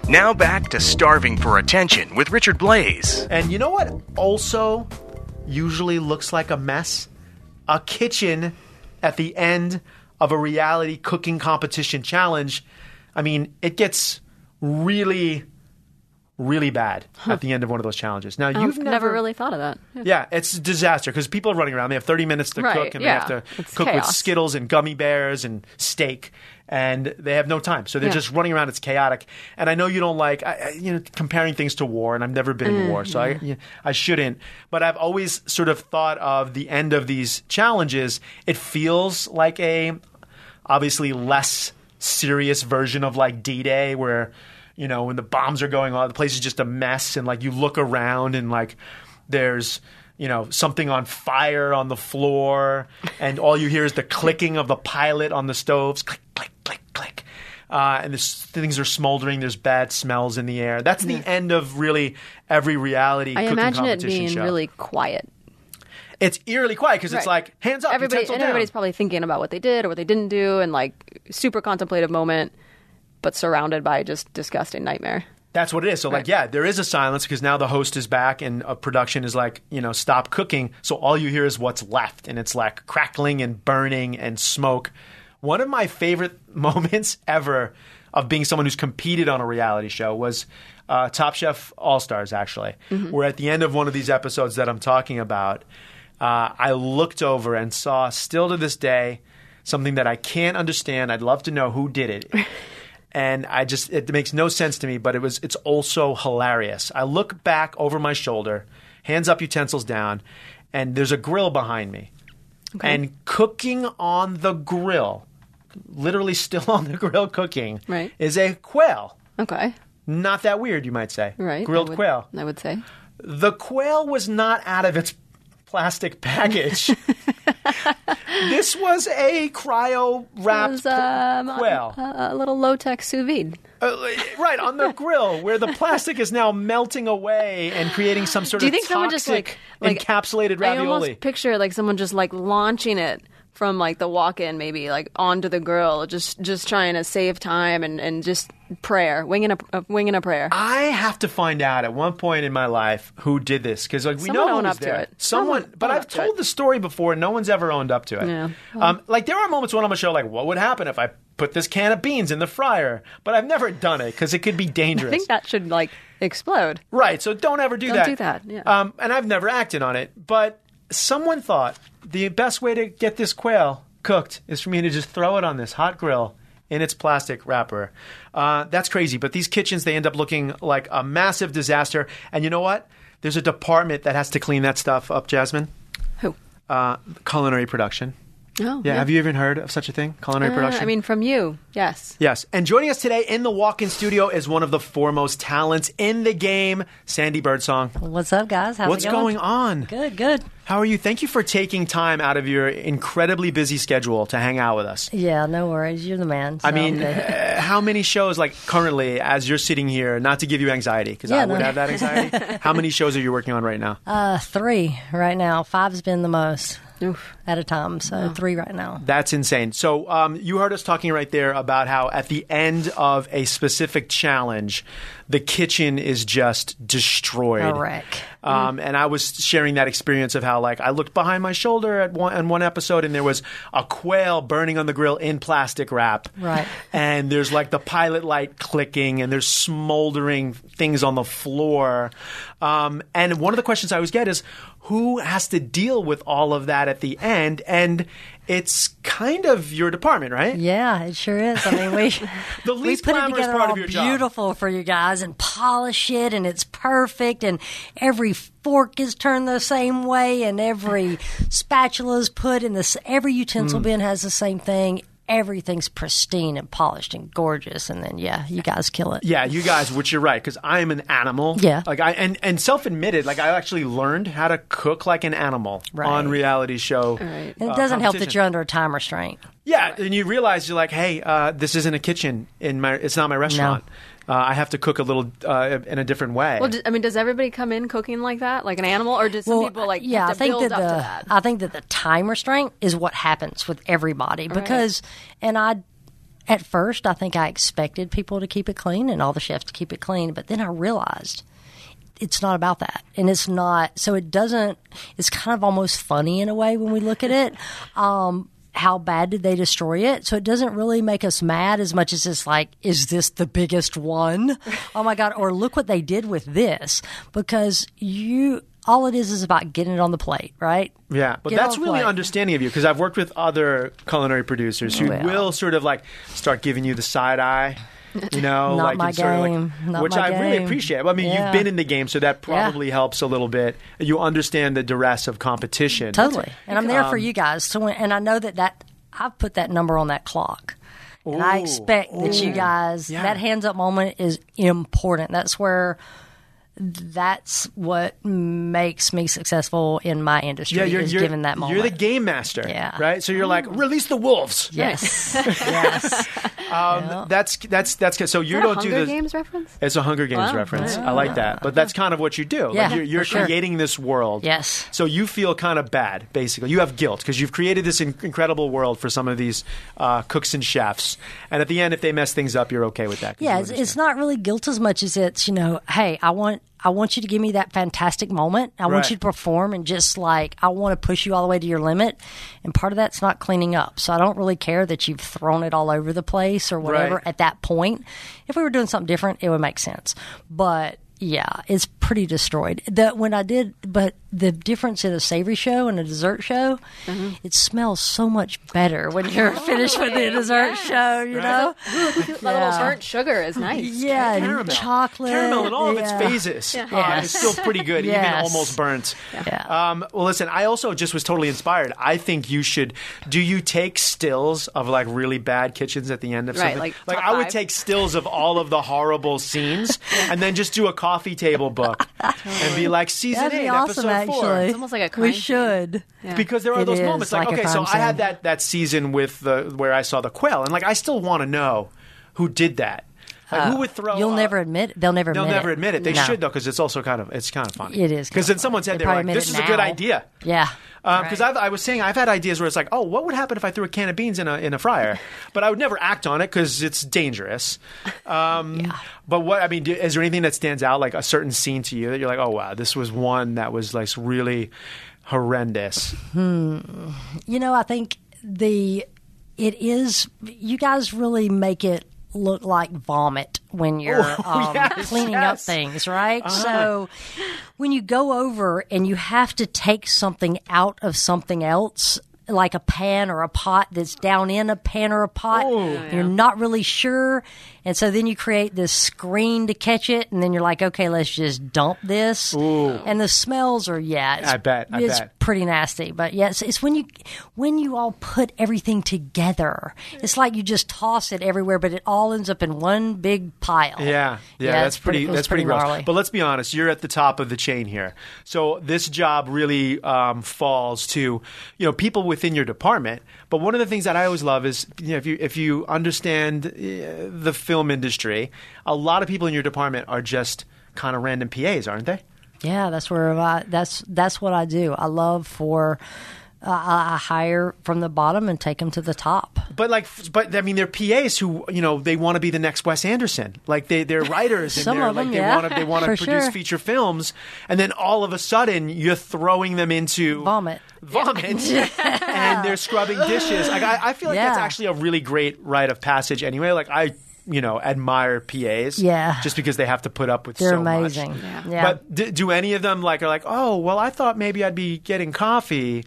Speaker 1: Now back to Starving for Attention with Richard Blaze.
Speaker 2: And you know what also usually looks like a mess? A kitchen at the end of a reality cooking competition challenge. I mean, it gets really, really bad at the end of one of those challenges. Now,
Speaker 3: I've
Speaker 2: you've
Speaker 3: Oh, never, really thought of that.
Speaker 2: yeah, it's a disaster because people are running around. They have 30 minutes to
Speaker 3: Right,
Speaker 2: cook and
Speaker 3: yeah.
Speaker 2: they have to
Speaker 3: It's
Speaker 2: cook with
Speaker 3: chaos.
Speaker 2: Skittles and gummy bears and steak. And they have no time, so they're
Speaker 3: Yeah.
Speaker 2: just running around. It's chaotic, and I know you don't like, I, I- you know, comparing things to war. And I've never been in war, so I, yeah, I shouldn't. But I've always sort of thought of the end of these challenges. It feels like a, obviously less serious version of like D-Day, where, you know, when the bombs are going on, the place is just a mess, and like you look around and like there's you know something on fire on the floor and all you hear is the clicking of the pilot on the stoves click click click click uh, and this, things are smoldering there's bad smells in the air that's the end of really every reality
Speaker 3: I
Speaker 2: cooking
Speaker 3: imagine it
Speaker 2: competition
Speaker 3: being
Speaker 2: show.
Speaker 3: really quiet.
Speaker 2: it's eerily quiet because it's
Speaker 3: Right.
Speaker 2: like hands up
Speaker 3: Everybody
Speaker 2: utensil
Speaker 3: and
Speaker 2: down.
Speaker 3: everybody's probably thinking about what they did or what they didn't do, and like super contemplative moment, but surrounded by just disgusting nightmare.
Speaker 2: That's what it is. So, like, yeah, there is a silence because now the host is back and a production is like, you know, stop cooking. So all you hear is what's left, and it's like crackling and burning and smoke. One of my favorite *laughs* moments ever of being someone who's competed on a reality show was uh, Top Chef All Stars. Actually, where at the end of one of these episodes that I'm talking about, uh, I looked over and saw, still to this day, something that I can't understand. I'd love to know who did it. and I just it makes no sense to me, but it was it's also hilarious. I look back over my shoulder, hands up, utensils down, and there's a grill behind me. And cooking on the grill, literally still *laughs* on the grill cooking,
Speaker 3: Right.
Speaker 2: is a quail.
Speaker 3: Okay,
Speaker 2: Not that weird, you might say.
Speaker 3: right?
Speaker 2: Grilled
Speaker 3: I would-
Speaker 2: quail.
Speaker 3: I would say.
Speaker 2: The quail was not out of its plastic
Speaker 3: *laughs*
Speaker 2: package. this was a cryo wrapped
Speaker 3: was, um,
Speaker 2: quail.
Speaker 3: A, a little low tech sous vide.
Speaker 2: Uh, right on the grill, where the plastic is now melting away and creating some sort
Speaker 3: Do you
Speaker 2: of
Speaker 3: think someone just
Speaker 2: toxic
Speaker 3: like, like
Speaker 2: encapsulated ravioli.
Speaker 3: I almost picture like someone just like launching it from like the walk-in, maybe like onto the grill, just just trying to save time and and just prayer, winging a uh, winging a prayer.
Speaker 2: I have to find out at one point in my life who did this because like we know
Speaker 3: Someone
Speaker 2: who
Speaker 3: own
Speaker 2: was
Speaker 3: up to
Speaker 2: there.
Speaker 3: it.
Speaker 2: Someone,
Speaker 3: Someone
Speaker 2: but
Speaker 3: own
Speaker 2: I've
Speaker 3: up to
Speaker 2: told
Speaker 3: it.
Speaker 2: the story before. and No one's ever owned up to it.
Speaker 3: Yeah.
Speaker 2: Um, like there are moments when I'm on a show like, what would happen if I put this can of beans in the fryer? But I've never done it because it could be
Speaker 3: *laughs* I
Speaker 2: dangerous.
Speaker 3: think that should like explode.
Speaker 2: Right. So don't ever do
Speaker 3: Don't
Speaker 2: that.
Speaker 3: do that, yeah.
Speaker 2: Um, and I've never acted on it, but someone thought the best way to get this quail cooked is for me to just throw it on this hot grill in its plastic wrapper. Uh, that's crazy. But these kitchens, they end up looking like a massive disaster. And you know what? There's a department that has to clean that stuff up, Jasmine.
Speaker 3: Who?
Speaker 2: Uh, culinary production.
Speaker 3: Oh,
Speaker 2: Yeah, Have you even heard of such a thing? Culinary
Speaker 3: Uh,
Speaker 2: production.
Speaker 3: I mean, from you, yes.
Speaker 2: Yes. And joining us today in the walk in studio is one of the foremost talents in the game, Sandy Birdsong.
Speaker 5: What's up, guys? How's
Speaker 2: What's
Speaker 5: it
Speaker 2: going
Speaker 5: going?
Speaker 2: on?
Speaker 5: Good, good.
Speaker 2: How are you? Thank you for taking time out of your incredibly busy schedule to hang out with us.
Speaker 5: Yeah, no worries. You're the man.
Speaker 2: I
Speaker 5: so
Speaker 2: mean,
Speaker 5: good. *laughs*
Speaker 2: uh, how many shows, like currently, as you're sitting here, not to give you anxiety, because I
Speaker 5: Yeah,
Speaker 2: would
Speaker 5: no.
Speaker 2: have that
Speaker 5: *laughs*
Speaker 2: anxiety. how many shows are you working on right now?
Speaker 5: uh, three right now. Five's been the most
Speaker 3: Oof.
Speaker 5: at a time. So three right now.
Speaker 2: That's insane. So um, you heard us talking right there about how at the end of a specific challenge, the kitchen is just destroyed.
Speaker 5: A wreck.
Speaker 2: Um, And I was sharing that experience of how like I looked behind my shoulder at one, on one episode and there was a quail burning on the grill in plastic wrap.
Speaker 5: Right.
Speaker 2: And there's like the pilot light clicking and there's smoldering things on the floor. Um, and one of the questions I always get is who has to deal with all of that at the end? And it's kind of your department, right?
Speaker 5: Yeah, it sure is. I mean, we
Speaker 2: *laughs*
Speaker 5: *laughs*
Speaker 2: The
Speaker 5: we
Speaker 2: least
Speaker 5: put it
Speaker 2: glamorous
Speaker 5: together
Speaker 2: part of
Speaker 5: all
Speaker 2: your job.
Speaker 5: beautiful for you guys and polish it, and it's perfect, and every fork is turned the same way, and *laughs* every spatula is put in this. Every utensil bin has the same thing. Everything's pristine and polished and gorgeous, and then yeah, you guys kill it.
Speaker 2: Yeah, you guys, which you're right, because I am an animal.
Speaker 5: Yeah.
Speaker 2: Like I and, and self admitted, like I actually learned how to cook like an animal
Speaker 5: Right.
Speaker 2: on reality show. uh,
Speaker 3: Right.
Speaker 5: And it doesn't help that
Speaker 2: competition.
Speaker 5: you're under a time restraint.
Speaker 2: Yeah, and you realize you're like, hey, uh, this isn't a kitchen in my. It's not my restaurant. Uh, I have to cook a little uh, in a different way.
Speaker 3: Well, d I I mean, does everybody come in cooking like that, like an animal, or does some people like
Speaker 5: yeah,
Speaker 3: have to
Speaker 5: I think
Speaker 3: build
Speaker 5: that
Speaker 3: up
Speaker 5: the
Speaker 3: to that?
Speaker 5: I think that the time restraint is what happens with everybody because, and I. At first, I think I expected people to keep it clean and all the chefs to keep it clean, but then I realized it's not about that. And it's not, so it doesn't, it's kind of almost funny in a way when we look at it. Um, how bad did they destroy it? So it doesn't really make us mad as much as it's like, is this the biggest one? Oh my God. Or look what they did with this. Because you, all it is is about getting it on the plate, right?
Speaker 2: Yeah, but
Speaker 5: Get
Speaker 2: that's
Speaker 5: off
Speaker 2: really
Speaker 5: light.
Speaker 2: understanding of you because I've worked with other culinary producers who
Speaker 5: Well.
Speaker 2: will sort of like start giving you the side eye. You know,
Speaker 5: *laughs*
Speaker 2: like,
Speaker 5: Not my
Speaker 2: and sort of, like-
Speaker 5: game. Not
Speaker 2: which
Speaker 5: my
Speaker 2: I really
Speaker 5: game.
Speaker 2: appreciate. Well, I mean,
Speaker 5: Yeah.
Speaker 2: you've been in the game, so that probably helps a little bit. You understand the duress of competition.
Speaker 5: Totally. And I'm there for you guys. So, when, and I know that that I've put that number on that clock. And I
Speaker 2: Ooh.
Speaker 5: expect that you guys
Speaker 2: Yeah.
Speaker 5: that hands up moment is important. That's where that's what makes me successful in my industry
Speaker 2: Yeah, you're,
Speaker 5: is
Speaker 2: you're
Speaker 5: given that moment.
Speaker 2: You're the game master,
Speaker 5: Yeah. Oh.
Speaker 2: right? So you're like, release the wolves. *laughs*
Speaker 5: Yes. yes.
Speaker 2: Um, That's that's that's good. So you
Speaker 3: Is that a
Speaker 2: don't do
Speaker 3: Hunger
Speaker 2: this.
Speaker 3: Games reference?
Speaker 2: It's a Hunger Games
Speaker 3: Wow.
Speaker 2: reference. I like that. But that's kind of what you do.
Speaker 5: Yeah,
Speaker 2: like you're, you're
Speaker 5: for sure.
Speaker 2: creating this world.
Speaker 5: Yes.
Speaker 2: So you feel kind of bad, basically. You have guilt because you've created this in- incredible world for some of these uh, cooks and chefs. And at the end, if they mess things up, you're okay with that. 'cause
Speaker 5: Yeah,
Speaker 2: you
Speaker 5: it's, it's
Speaker 2: understand.
Speaker 5: not really guilt as much as it's you know, hey, I want I want you to give me that fantastic moment. I
Speaker 2: Right.
Speaker 5: want you to perform and just like I want to push you all the way to your limit. And part of that's not cleaning up, so I don't really care that you've thrown it all over the place or whatever
Speaker 2: Right.
Speaker 5: at that point. If we were doing something different, it would make sense, but. Yeah, it's pretty destroyed. The when I did, but the difference in a savory show and a dessert show,
Speaker 2: Mm-hmm.
Speaker 5: it smells so much better
Speaker 2: *laughs*
Speaker 5: when you're finished with the dessert show. You know,
Speaker 3: *laughs* That little burnt sugar is nice.
Speaker 5: *laughs* yeah, and
Speaker 2: Caramel.
Speaker 5: chocolate,
Speaker 2: Caramel in all of its
Speaker 5: yeah.
Speaker 2: phases. Uh,
Speaker 5: Yes.
Speaker 2: it's still pretty good, even
Speaker 5: Yes.
Speaker 2: almost burnt.
Speaker 5: Yeah.
Speaker 2: Um, well, listen, I also just was totally inspired. I think you should. Do you take stills of like really bad kitchens at the end of
Speaker 3: Right,
Speaker 2: something?
Speaker 3: like, top
Speaker 2: I would
Speaker 3: five.
Speaker 2: take stills of all of the horrible
Speaker 3: *laughs*
Speaker 2: scenes and then just do a coffee table book and be like season
Speaker 5: That'd
Speaker 2: eight,
Speaker 5: be awesome,
Speaker 2: episode
Speaker 5: actually.
Speaker 2: four.
Speaker 3: It's almost like a crime
Speaker 5: We
Speaker 3: scene.
Speaker 5: should.
Speaker 2: Because there are
Speaker 5: It
Speaker 2: those
Speaker 5: is
Speaker 2: moments like,
Speaker 5: like a
Speaker 2: okay, so
Speaker 5: crime
Speaker 2: I had
Speaker 5: scene.
Speaker 2: that that season with the where I saw the quail, and like I still want to know who did that. Like, who would throw?
Speaker 5: Uh, You'll
Speaker 2: a-
Speaker 5: never admit. They'll never.
Speaker 2: They'll
Speaker 5: admit
Speaker 2: never
Speaker 5: it.
Speaker 2: admit it. They
Speaker 5: No.
Speaker 2: should though, because it's also kind of it's kind of funny.
Speaker 5: It is
Speaker 2: because
Speaker 5: Uh, kinda
Speaker 2: then someone's
Speaker 5: funny.
Speaker 2: head
Speaker 5: They
Speaker 2: there
Speaker 5: probably
Speaker 2: like,
Speaker 5: admit
Speaker 2: this
Speaker 5: it
Speaker 2: is a good
Speaker 5: now.
Speaker 2: idea.
Speaker 5: Yeah.
Speaker 2: Because
Speaker 5: Right.
Speaker 2: I've I was saying I've had ideas where it's like, oh, what would happen if I threw a can of beans in a in a
Speaker 5: *laughs*
Speaker 2: fryer? but I would never act on it because it's dangerous.
Speaker 5: *laughs*
Speaker 2: Um, But what I mean, do, is there anything that stands out, like a certain scene to you that you're like, oh wow, this was one that was like really horrendous?
Speaker 5: You know, I think the it is you guys really make it look like vomit when you're
Speaker 2: *laughs*
Speaker 5: um,
Speaker 2: Oh, yes,
Speaker 5: cleaning up
Speaker 2: yes. Uh-huh.
Speaker 5: things, right? So when you go over and you have to take something out of something else like a pan or a pot that's down in a pan or a pot
Speaker 2: Oh,
Speaker 5: and you're not really sure and so then you create this screen to catch it and then you're like okay let's just dump this and the smells are yeah it's,
Speaker 2: I bet, I
Speaker 5: it's
Speaker 2: bet.
Speaker 5: pretty nasty. But yes, it's when you when you all put everything together. It's like you just toss it everywhere, but it all ends up in one big pile.
Speaker 2: Yeah, yeah,
Speaker 5: it's
Speaker 2: that's pretty,
Speaker 5: it was
Speaker 2: that's pretty, gross.
Speaker 5: gnarly.
Speaker 2: But let's be honest, you're at the top of the chain here. So this job really um, falls to you know people within your department. But one of the things that I always love is you know, if you if you understand uh, the film industry, a lot of people in your department are just kind of random PAs, aren't they?
Speaker 5: Yeah, that's where I, that's that's what I do. I love for uh, I I hire from the bottom and take them to the top.
Speaker 2: But like, but I mean, they're PAs who you know they want to be the next Wes Anderson. Like they they're writers and
Speaker 5: Some
Speaker 2: they're
Speaker 5: of
Speaker 2: like
Speaker 5: them,
Speaker 2: they
Speaker 5: yeah.
Speaker 2: want to they want to
Speaker 5: For
Speaker 2: produce
Speaker 5: sure.
Speaker 2: feature films, and then all of a sudden you're throwing them into
Speaker 5: Vomit. *laughs*
Speaker 2: vomit, and they're scrubbing dishes. Like I, I feel like that's
Speaker 5: Yeah.
Speaker 2: actually a really great rite of passage. Anyway, like I. You know, admire PAs.
Speaker 5: Yeah.
Speaker 2: Just because they have to put up with
Speaker 5: They're
Speaker 2: so much.
Speaker 5: amazing. Yeah. Yeah.
Speaker 2: But do, do any of them like are like, oh, well, I thought maybe I'd be getting coffee.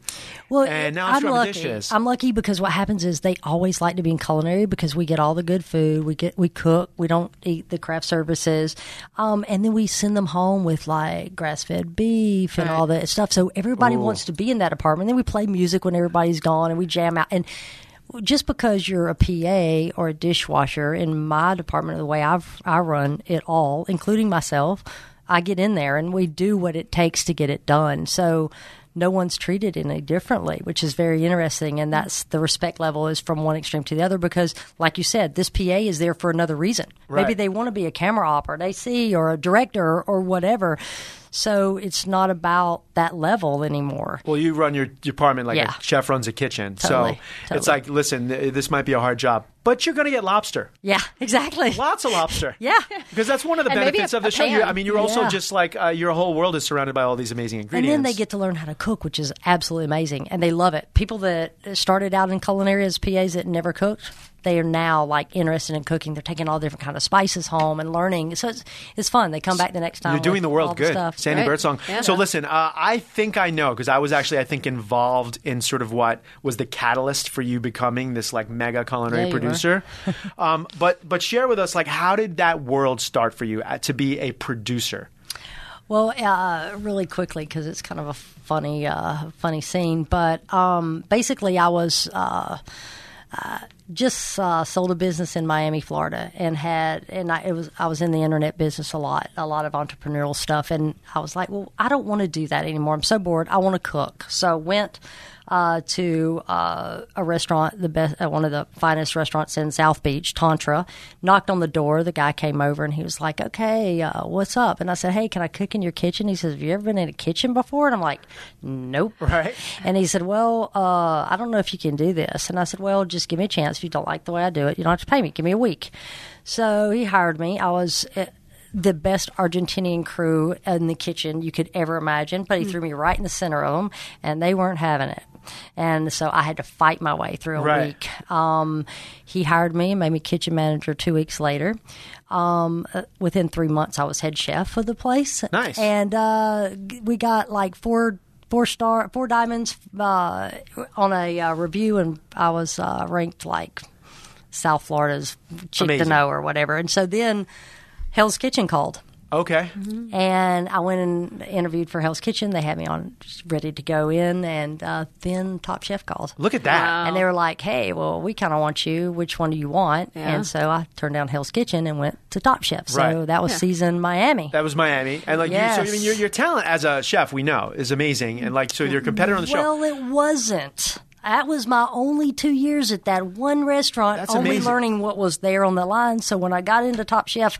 Speaker 5: Well,
Speaker 2: and now
Speaker 5: I'm
Speaker 2: I'm scrubbing
Speaker 5: lucky.
Speaker 2: dishes.
Speaker 5: I'm lucky because what happens is they always like to be in culinary because we get all the good food. We get we cook. We don't eat the craft services, um, and then we send them home with like grass fed beef and all that stuff. So everybody wants to be in that apartment. Then we play music when everybody's gone, and we jam out and. Just because you're a PA or a dishwasher in my department, the way I've, I run it all, including myself, I get in there and we do what it takes to get it done. So no one's treated any differently, which is very interesting. And that's the respect level is from one extreme to the other because, like you said, this PA is there for another reason. Maybe
Speaker 2: Right.
Speaker 5: they want to be a camera op or an AC or a director or whatever. So it's not about that level anymore.
Speaker 2: Well, you run your department like
Speaker 5: Yeah.
Speaker 2: a chef runs a kitchen.
Speaker 5: Totally,
Speaker 2: So it's
Speaker 5: totally.
Speaker 2: like, listen, th- this might be a hard job, but you're going to get lobster.
Speaker 5: Yeah, *laughs* exactly.
Speaker 2: Lots of lobster.
Speaker 5: *laughs* Yeah.
Speaker 2: Because that's one of the
Speaker 3: And maybe
Speaker 2: benefits
Speaker 3: a-
Speaker 2: of the
Speaker 3: a
Speaker 2: show. You-
Speaker 3: pan.
Speaker 2: I mean, you're also
Speaker 5: Yeah.
Speaker 2: just like, uh, your whole world is surrounded by all these amazing
Speaker 5: And
Speaker 2: ingredients.
Speaker 5: then they get to learn how to cook, which is absolutely amazing. And they love it. People that started out in culinary as PAs that never cooked, they are now like interested in cooking. They're taking all different kind of spices home and learning. So it's, it's fun. They come back the next time.
Speaker 2: You're doing
Speaker 5: with
Speaker 2: the
Speaker 5: all
Speaker 2: world good,
Speaker 5: stuff.
Speaker 2: Sandy
Speaker 3: Right.
Speaker 2: Birdsong.
Speaker 3: Yeah.
Speaker 2: So listen, uh, I think I know because I was actually I think involved in sort of what was the catalyst for you becoming this like mega culinary
Speaker 5: Yeah, you were. *laughs*
Speaker 2: producer. um, but but share with us like how did that world start for you uh, to be a producer?
Speaker 5: Well, uh, really quickly because it's kind of a funny, uh, funny scene. But um, basically, I was uh, uh, just uh, sold a business in Miami, Florida, and had and I it was I was in the internet business a lot, a lot of entrepreneurial stuff, and I was like, well, I don't want to do that anymore. I'm so bored. I want to cook. So I went. Uh, to uh, a restaurant, the best, uh, one of the finest restaurants in South Beach, Tantra. Knocked on the door. The guy came over and he was like, "Okay, uh, what's up?" And I said, "Hey, can I cook in your kitchen?" He says, "Have you ever been in a kitchen before?" And I'm like, "Nope."
Speaker 2: Right.
Speaker 5: And he said, "Well, uh, I don't know if you can do this." And I said, "Well, just give me a chance. If you don't like the way I do it, you don't have to pay me. Give me a week." So he hired me. I was. uh the best Argentinian crew in the kitchen you could ever imagine, but he threw me right in the center of them, and they weren't having it. And so I had to fight my way through a
Speaker 2: Right.
Speaker 5: week. Um, he hired me, made me kitchen manager two weeks later. Um, uh, within three months, I was head chef of the place.
Speaker 2: Nice.
Speaker 5: And uh, g- we got like four four star four diamonds uh, on a uh, review, and I was uh, ranked like South Florida's chick to
Speaker 2: Amazing.
Speaker 5: know or whatever. And so then Hell's Kitchen called.
Speaker 2: Okay.
Speaker 5: Mm-hmm. And I went and interviewed for Hell's Kitchen. They had me on just ready to go in, and uh, then Top Chef called.
Speaker 2: Look at that.
Speaker 5: And they were like, hey, well, we kind of want you. Which one do you want? And so I turned down Hell's Kitchen and went to Top Chef. So
Speaker 2: Right.
Speaker 5: that was season Miami.
Speaker 2: That was Miami, and like you, so, I
Speaker 5: Yes.
Speaker 2: mean, your, your talent as a chef, we know, is amazing, and like so, your competitor on the show.
Speaker 5: well, it wasn't. That was my only two years at that one restaurant,
Speaker 2: That's
Speaker 5: only
Speaker 2: amazing.
Speaker 5: learning what was there on the line. So when I got into Top Chef,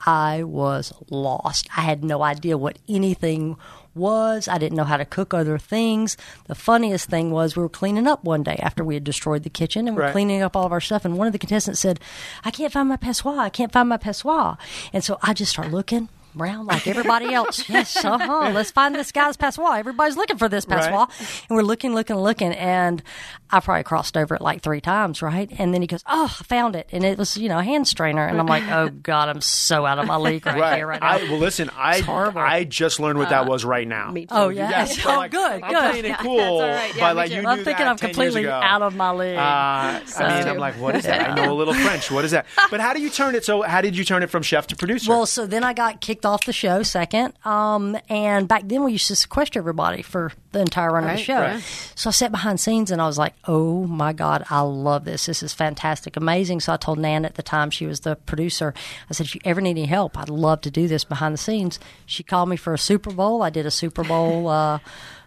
Speaker 5: I was lost. I had no idea what anything was. I didn't know how to cook other things. The funniest thing was we were cleaning up one day after we had destroyed the kitchen and we're
Speaker 2: Right.
Speaker 5: cleaning up all of our stuff. And one of the contestants said, I can't find my passoir. I can't find my passoir. And so I just start looking. Around like
Speaker 2: *laughs*
Speaker 5: everybody else. yes, uh huh. Let's find this guy's passoir. Everybody's looking for this
Speaker 2: Right.
Speaker 5: passoir. And we're looking, looking, looking. And I probably crossed over it like three times, right? And then he goes, Oh, I found it. And it was, you know, a hand strainer. And I'm like,
Speaker 2: *laughs*
Speaker 5: Oh, God, I'm so out of my league right,
Speaker 2: Right.
Speaker 5: here, right now.
Speaker 2: I, well, listen, I
Speaker 5: horrible. Uh,
Speaker 2: I just learned what that was right now.
Speaker 3: Me too.
Speaker 5: Oh yeah.
Speaker 2: Yes, so,
Speaker 5: *laughs* oh
Speaker 2: like,
Speaker 5: good.
Speaker 2: I'm playing
Speaker 5: good.
Speaker 2: it cool,
Speaker 3: all right. Yeah, *laughs*
Speaker 2: but
Speaker 3: me
Speaker 2: like
Speaker 3: too.
Speaker 2: you
Speaker 5: I'm
Speaker 2: knew
Speaker 5: thinking
Speaker 2: that
Speaker 5: I'm
Speaker 2: 10 years
Speaker 5: completely
Speaker 2: ago.
Speaker 5: out of my league.
Speaker 2: Uh, I mean, I'm like, what is that? I know a little French. What is that? But how do you turn it? So, how did you turn it from chef to producer?
Speaker 5: well, so then I got kicked off the show second, um, and back then we used to sequester everybody for the entire run of the
Speaker 3: Right,
Speaker 5: show.
Speaker 3: right.
Speaker 5: So I sat behind scenes and I was like, "Oh my god, I love this! This is fantastic, amazing!" So I told Nan at the time she was the producer. I said, "If you ever need any help, I'd love to do this behind the scenes." She called me for a Super Bowl. I did a
Speaker 2: *laughs*
Speaker 5: Super Bowl. Uh,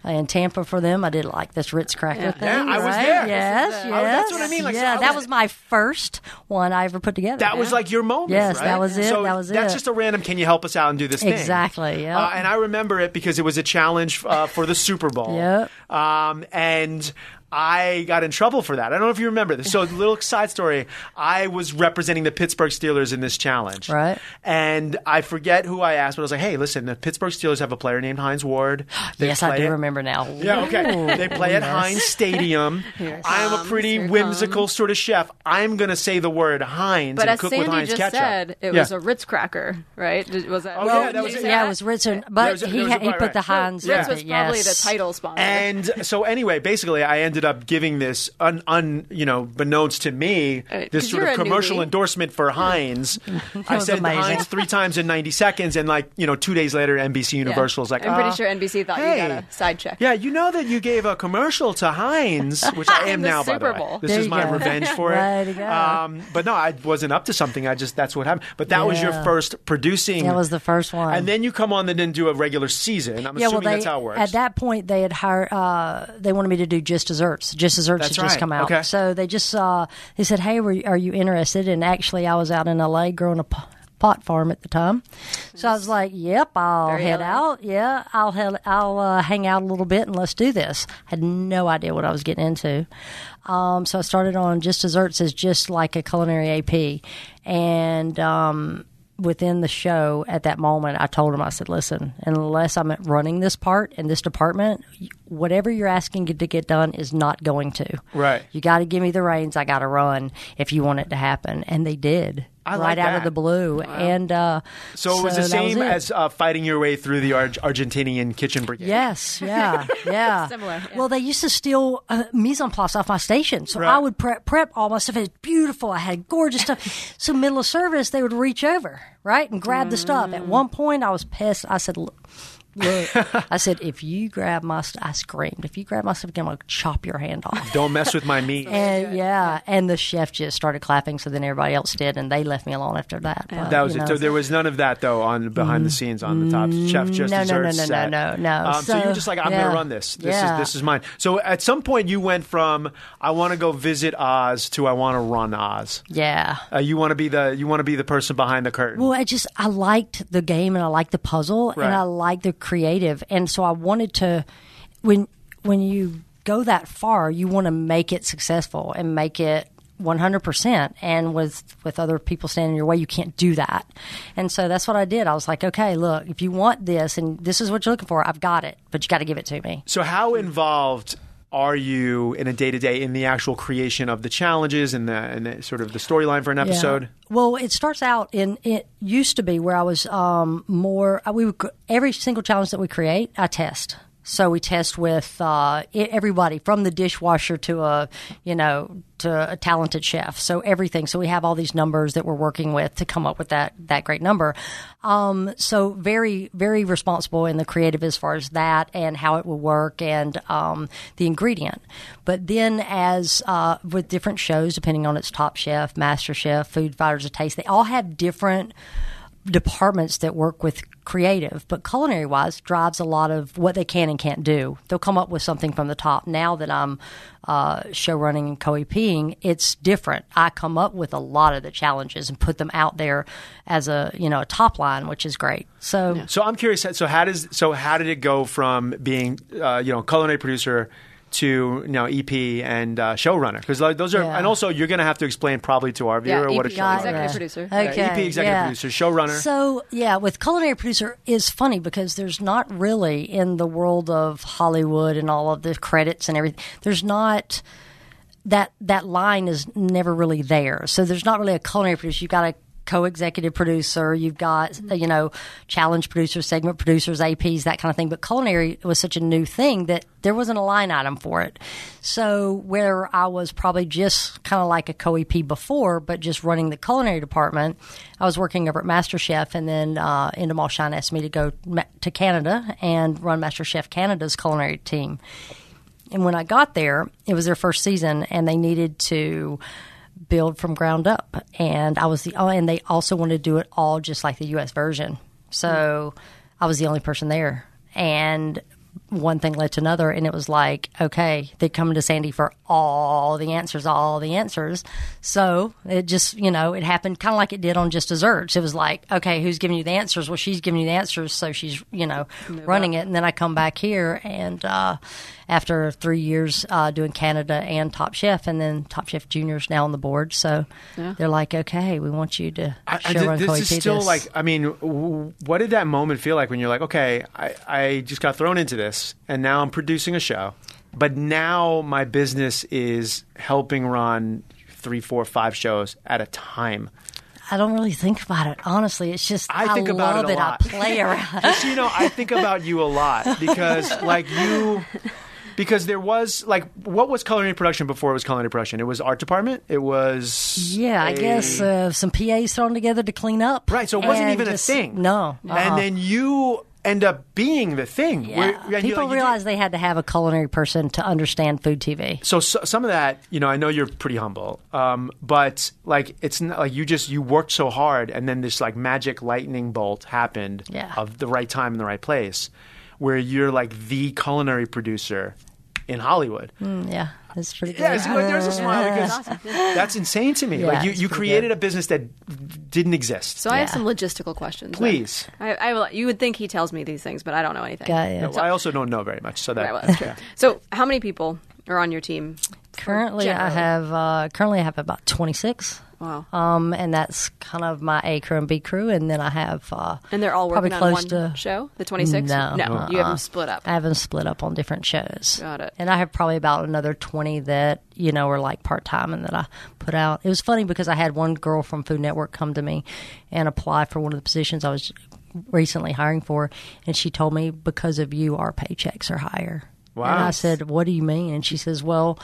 Speaker 5: In Tampa for them, I did like this Ritz cracker thing.
Speaker 2: Yeah, I was
Speaker 5: right?
Speaker 2: there.
Speaker 5: Yes,
Speaker 2: This is
Speaker 5: yes.
Speaker 2: the- I- that's what I mean, like, so
Speaker 5: yeah,
Speaker 2: I
Speaker 5: that
Speaker 2: was-
Speaker 5: was my first one I ever put together.
Speaker 2: that was like your moment.
Speaker 5: Yes,
Speaker 2: right?
Speaker 5: that was it,
Speaker 2: So
Speaker 5: that was
Speaker 2: that's
Speaker 5: it.
Speaker 2: just a random. Can you help us out and do this thing?
Speaker 5: Exactly, yeah.
Speaker 2: Uh, and I remember it because it was a challenge uh, for the Super Bowl.
Speaker 5: *laughs* Yep.
Speaker 2: Um, and. I got in trouble for that. I don't know if you remember
Speaker 5: *laughs*
Speaker 2: this. So, little side story. I was representing the Pittsburgh Steelers in this challenge.
Speaker 5: Right.
Speaker 2: And I forget who I asked, but I was like, hey, listen, the Pittsburgh Steelers have a player named Heinz
Speaker 5: *gasps*
Speaker 2: Ward. *gasps* They
Speaker 5: yes, I
Speaker 2: play
Speaker 5: do
Speaker 2: at-
Speaker 5: remember now.
Speaker 2: Yeah, okay. They play at Heinz
Speaker 3: *laughs*
Speaker 2: Stadium. I am a pretty whimsical sort of chef. I'm going to say the word Heinz
Speaker 3: But
Speaker 2: and
Speaker 3: as
Speaker 2: cook with
Speaker 3: Sandy
Speaker 2: Heinz
Speaker 3: just
Speaker 2: ketchup.
Speaker 3: said, it
Speaker 2: Yeah.
Speaker 3: was a Ritz cracker, right? Did- Was that?
Speaker 2: Oh, yeah, that was it.
Speaker 5: Yeah, it was Richard,
Speaker 2: There
Speaker 5: but
Speaker 2: was a- there
Speaker 5: he,
Speaker 2: was a
Speaker 5: ha- he
Speaker 2: part,
Speaker 5: put
Speaker 2: right.
Speaker 5: the Hans.
Speaker 3: Ritz
Speaker 5: in
Speaker 3: was
Speaker 5: it,
Speaker 3: probably the
Speaker 5: yes.
Speaker 3: title sponsor.
Speaker 2: And so anyway, basically, I ended up giving this un, un you know, beknownst to me,
Speaker 3: Right,
Speaker 2: this
Speaker 3: 'cause
Speaker 2: sort
Speaker 3: you're
Speaker 2: of
Speaker 3: a
Speaker 2: commercial
Speaker 3: newbie.
Speaker 2: endorsement for Heinz. I
Speaker 5: was
Speaker 2: said
Speaker 5: amazing.
Speaker 2: Heinz three times in ninety seconds, and like you know, two days later, NBC Universal was like,
Speaker 3: I'm pretty
Speaker 2: "Uh,
Speaker 3: sure NBC thought
Speaker 2: hey,
Speaker 3: you got a side check.
Speaker 2: Yeah, you know that you gave a commercial to Heinz, which I am
Speaker 3: the
Speaker 2: now, by
Speaker 3: Super
Speaker 2: the way.
Speaker 3: Bowl.
Speaker 2: This
Speaker 5: There
Speaker 2: is
Speaker 5: you
Speaker 2: my
Speaker 5: go.
Speaker 2: revenge for
Speaker 5: Way to
Speaker 2: it.
Speaker 5: go.
Speaker 2: Um, but no, I wasn't up to something. I just that's what happened. But that was your
Speaker 5: Yeah.
Speaker 2: first producing.
Speaker 5: That was the first one.
Speaker 2: And then you come on and then do a regular season. I'm
Speaker 5: yeah,
Speaker 2: assuming
Speaker 5: well, they,
Speaker 2: that's how it works.
Speaker 5: at that point they had hired. Uh, they wanted me to do just desserts. Just desserts
Speaker 2: That's
Speaker 5: had just
Speaker 2: right.
Speaker 5: come out.
Speaker 2: Okay.
Speaker 5: So they just uh, they said, "Hey, were you, are you interested?" And actually, I was out in L.A. growing a p- pot farm at the time. So I was like, "Yep, I'll
Speaker 3: Very
Speaker 5: head
Speaker 3: LA.
Speaker 5: out. Yeah, I'll head, I'll uh, hang out a little bit and let's do this." Had no idea what I was getting into. Um, so I started on just desserts as just like a culinary AP, and um, within the show at that moment, I told him, I said, "Listen, unless I'm running this part in this department, whatever you're asking to get done is not going to.
Speaker 2: Right.
Speaker 5: You got to give me the reins. I got to run if you want it to happen." And they did.
Speaker 2: I
Speaker 5: right
Speaker 2: like
Speaker 5: out
Speaker 2: that.
Speaker 5: of the blue, and uh,
Speaker 2: so it was the
Speaker 5: that
Speaker 2: same
Speaker 5: it.
Speaker 2: as uh, fighting your way through the Ar- Argentinian kitchen brigade.
Speaker 5: Yes, yeah, yeah.
Speaker 3: *laughs* Similar, yeah.
Speaker 5: Well, they used to steal uh, mise en place off my station, so
Speaker 2: Right.
Speaker 5: I would prep prep all my stuff. It was beautiful. I had gorgeous
Speaker 3: *laughs*
Speaker 5: stuff. so middle of service, they would reach over right and grab the stuff. At one point, I was pissed. I said. Look,
Speaker 2: *laughs*
Speaker 5: look," I said, if you grab my stuff, I screamed, if you grab my stuff again, I'm going to chop your hand
Speaker 2: *laughs*
Speaker 5: off.
Speaker 2: Don't mess with
Speaker 5: *laughs*
Speaker 2: my meat.
Speaker 5: And yeah, and the chef just started clapping, so then everybody else did, and they left me alone after that. But,
Speaker 2: That was
Speaker 5: you
Speaker 2: it.
Speaker 5: know. Mm,
Speaker 2: So there was none of that though on behind the scenes on the top chef just
Speaker 5: no, no,
Speaker 2: dessert
Speaker 5: no, no,
Speaker 2: set.
Speaker 5: no, no, no.
Speaker 2: Um, so, you were
Speaker 5: So,
Speaker 2: just like I'm
Speaker 5: yeah.
Speaker 2: gonna run this. This
Speaker 5: Yeah.
Speaker 2: is this is mine. So at some point you went from I want to go visit Oz to I want to run Oz.
Speaker 5: yeah.
Speaker 2: Uh, you want to be the you want to be the person behind the curtain.
Speaker 5: Well, I just I liked the game and I liked the puzzle
Speaker 2: Right.
Speaker 5: and I liked the creative, and so I wanted to when when you go that far, you want to make it successful and make it. 100% and with with other people standing in your way you can't do that and so that's what i did i was like okay look if you want this and this is what you're looking for i've got it but you got to give it to me
Speaker 2: so how involved are you in a day to day in the actual creation of the challenges and the and the, sort of the storyline for an
Speaker 5: Yeah.
Speaker 2: episode?
Speaker 5: Well, it starts out in it used to be where I was um, more. I- We would, cr- every single challenge that we create, I test. So we test with uh, e- everybody from the dishwasher to a you know to a talented chef. So everything. So we have all these numbers that we're working with to come up with that that great number. Um, so very very responsible in the creative as far as that and how it will work and um, the ingredient. But then as uh, with different shows, depending on its Top Chef, Master Chef, Food Fighters of Taste, they all have different departments that work with creative, but culinary wise drives a lot of what they can and can't do. They'll come up with something from the top. Now that I'm uh, show running and co EPing, it's different. I come up with a lot of the challenges and put them out there as a you know a top line, which is great. So
Speaker 2: So I'm curious. So how does so how did it go from being uh, you know culinary producer to now EP and uh, showrunner? Because like, those are
Speaker 5: Yeah.
Speaker 2: and also you're going to have to explain probably to our viewer
Speaker 3: Yeah,
Speaker 2: what a
Speaker 3: EP,
Speaker 2: showrunner
Speaker 3: exactly.
Speaker 2: is.
Speaker 3: Executive producer.
Speaker 5: Okay.
Speaker 2: Yeah, EP, executive
Speaker 5: yeah.
Speaker 2: producer, showrunner.
Speaker 5: So yeah, with culinary producer is funny because there's not really in the world of Hollywood and all of the credits and everything. There's not that that line is never really there. So there's not really a culinary producer. You've got a co-executive producer. You've got you know challenge producers, segment producers, APs, that kind of thing. But culinary was such a new thing that there wasn't a line item for it. So where I was probably just kind of like a co-EP before, but just running the culinary department, I was working over at MasterChef, and then uh, Endemol Shine asked me to go ma- to Canada and run MasterChef Canada's culinary team. And when I got there, it was their first season, and they needed to build from ground up. And I was the oh, and they also wanted to do it all just like the U.S. version. So I was the only person there, and one thing led to another, and it was like, okay, they're coming to Sandy for all the answers, all the answers. So it just, you know, it happened kind of like it did on Just Desserts. It was like, okay, who's giving you the answers? Well, she's giving you the answers, so she's, you know, running it. And then I come back here, and uh, after three years uh, doing Canada and Top Chef, and then Top Chef Junior is now on the board. So they're like, okay, we want you to
Speaker 2: I- I
Speaker 5: show
Speaker 2: did-
Speaker 5: run
Speaker 2: this
Speaker 5: Chloe
Speaker 2: is
Speaker 5: P.
Speaker 2: still
Speaker 5: this.
Speaker 2: like I mean, w- what did that moment feel like when you're like, okay, I, I just got thrown into this, and now I'm producing a show, but now my business is helping run three, four, five shows at a time.
Speaker 5: I don't really think about it. Honestly, it's just
Speaker 2: I
Speaker 5: I,
Speaker 2: think about it
Speaker 5: love
Speaker 2: a
Speaker 5: it.
Speaker 2: lot. *laughs*
Speaker 5: I play around.
Speaker 2: Just so you know, I think about you a
Speaker 5: *laughs*
Speaker 2: lot because like you because there was like what was culinary production before it was culinary production? It was art department. It was
Speaker 5: Yeah, I
Speaker 2: a-
Speaker 5: guess uh, some PAs thrown together to clean up.
Speaker 2: Right, so it wasn't
Speaker 5: and
Speaker 2: even
Speaker 5: just-
Speaker 2: a thing.
Speaker 5: No. uh-uh.
Speaker 2: And then you end up being the thing. where-
Speaker 5: Yeah.
Speaker 2: and you-
Speaker 5: people
Speaker 2: you did-
Speaker 5: realize they had to have a culinary person to understand food TV.
Speaker 2: so, so some of that, you know, I know you're pretty humble, um, but like it's not like you just you worked so hard, and then this like magic lightning bolt happened
Speaker 5: Yeah.
Speaker 2: of the right time in the right place, where you're like the culinary producer in Hollywood.
Speaker 5: Yeah, that's pretty good.
Speaker 2: Yeah, see, like, oh, there's a smile because
Speaker 5: *laughs*
Speaker 2: that's insane to me.
Speaker 5: Yeah,
Speaker 2: like you,
Speaker 5: it's
Speaker 2: you
Speaker 5: pretty
Speaker 2: created
Speaker 5: good.
Speaker 2: a business that didn't exist.
Speaker 3: So I have some logistical questions. then.
Speaker 2: Please.
Speaker 3: I, I will, you would think he tells me these things, but I don't know anything.
Speaker 5: Yeah, yeah.
Speaker 2: No, I also don't know very much, so that
Speaker 3: Right, well, that's true. So how many people are on your team?
Speaker 5: Currently, I
Speaker 3: Generally.
Speaker 5: have uh, currently I have about twenty six.
Speaker 3: Wow.
Speaker 5: Um, and that's kind of my A crew and B crew, and then I have uh,
Speaker 3: And they're all
Speaker 5: probably
Speaker 3: working on
Speaker 5: close
Speaker 3: one
Speaker 5: to
Speaker 3: show, the 26?
Speaker 5: No,
Speaker 3: you have
Speaker 5: uh-uh.
Speaker 3: them split up.
Speaker 5: I have them split up on different shows.
Speaker 3: Got it.
Speaker 5: And I have probably about another 20 that, you know, are like part time and that I put out. It was funny because I had one girl from Food Network come to me and apply for one of the positions I was recently hiring for. And she told me, because of you, our paychecks are higher.
Speaker 2: Wow.
Speaker 5: And I said, What do you mean? And she says, Well,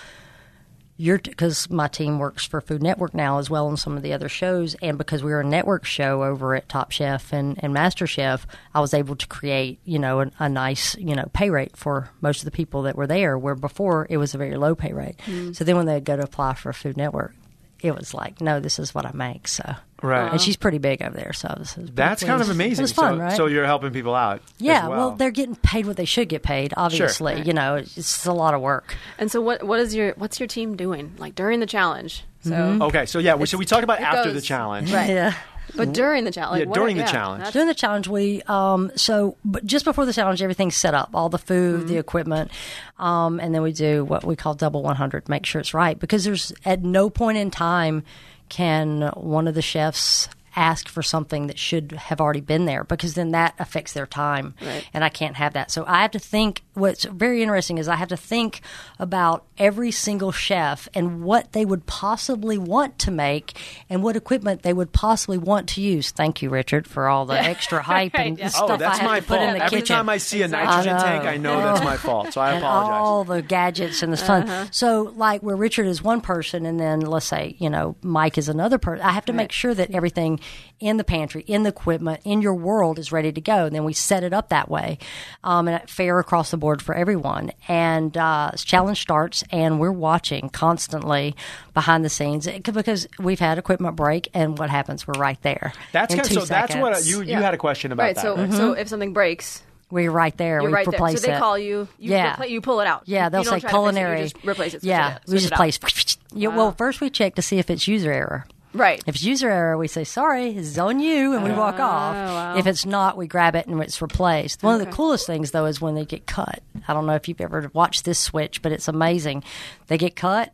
Speaker 5: you're because my team works for Food Network now as well on some of the other shows, and because we were a network show over at Top Chef and and Master Chef, I was able to create you know an, a nice you know pay rate for most of the people that were there, where before it was a very low pay rate. So then when they go to apply for Food Network, it was like, no, this is what I make. So
Speaker 2: Right.
Speaker 5: and she's pretty big over there, so I was- I was pretty
Speaker 2: That's kind of
Speaker 5: pleased.
Speaker 2: amazing.
Speaker 5: It was fun,
Speaker 2: so,
Speaker 5: right?
Speaker 2: so you're helping people out. as
Speaker 5: yeah,
Speaker 2: well.
Speaker 5: they're getting paid what they should get paid. Obviously, you know, it's, it's a lot of work.
Speaker 3: And so what, what is your, what's your team doing? Like during the challenge? So,
Speaker 2: okay. So yeah, we, Oh, so we talked about
Speaker 3: it
Speaker 2: after the
Speaker 3: goes- *laughs*
Speaker 2: challenge.
Speaker 3: Right.
Speaker 5: Mm-hmm. Yeah.
Speaker 3: But during the challenge.
Speaker 2: Yeah,
Speaker 3: what-
Speaker 2: during the
Speaker 3: yeah,
Speaker 2: challenge.
Speaker 3: that's-
Speaker 5: During the challenge, we um, so but just before the challenge, everything's set up, all the food, the equipment, um, and then we do what we call double one hundred, make sure it's right because there's at no point in time can one of the chefs ask for something that should have already been there because then that affects their time and I can't have that. So I have to think what's very interesting is I have to think about every single chef and what they would possibly want to make and what equipment they would possibly want to use. Thank you Richard for all the extra hype and
Speaker 3: yeah.
Speaker 5: stuff
Speaker 2: Oh,
Speaker 5: I
Speaker 2: that's
Speaker 5: have
Speaker 2: my
Speaker 5: to put
Speaker 2: fault.
Speaker 5: in the
Speaker 2: Every
Speaker 5: kitchen.
Speaker 2: time I see a
Speaker 3: Exactly.
Speaker 2: nitrogen
Speaker 5: I know.
Speaker 2: tank, I know that's
Speaker 5: *laughs*
Speaker 2: my fault. So I
Speaker 5: and
Speaker 2: apologize. Uh-huh.
Speaker 5: all the gadgets and the fun. So, like, where Richard is one person, and then let's say, you know, Mike is another person, I have to make sure that everything in the pantry, in the equipment, in your world is ready to go. And then we set it up that way, um, and fair across the board for everyone. And uh, challenge starts, and we're watching constantly behind the scenes It- because we've had equipment break, and what happens? We're right there.
Speaker 2: That's
Speaker 5: in
Speaker 2: kind of,
Speaker 5: two
Speaker 2: so. That's what I-
Speaker 5: seconds.
Speaker 2: you you had a question about
Speaker 3: right.
Speaker 2: that.
Speaker 3: *laughs* So so if something breaks,
Speaker 5: We're right there.
Speaker 3: you're
Speaker 5: Mm-hmm. we
Speaker 3: right there.
Speaker 5: replace
Speaker 3: So they
Speaker 5: it.
Speaker 3: call you. you
Speaker 5: Yeah.
Speaker 3: repla- you pull it out.
Speaker 5: Yeah,
Speaker 3: You
Speaker 5: they'll
Speaker 3: don't try
Speaker 5: say
Speaker 3: to fix it, you
Speaker 5: culinary.
Speaker 3: just replace it. switch
Speaker 5: Yeah,
Speaker 3: it out,
Speaker 5: we
Speaker 3: switch
Speaker 5: just
Speaker 3: it out.
Speaker 5: place. *laughs* Yeah, Well, first we check to see if it's user error.
Speaker 3: Right.
Speaker 5: If it's user error, we say sorry, this is on you, and we
Speaker 3: Oh,
Speaker 5: walk off. If it's not, we grab it and it's replaced. One of the coolest things though is when they get cut. I don't know if you've ever watched this switch, but it's amazing. They get cut.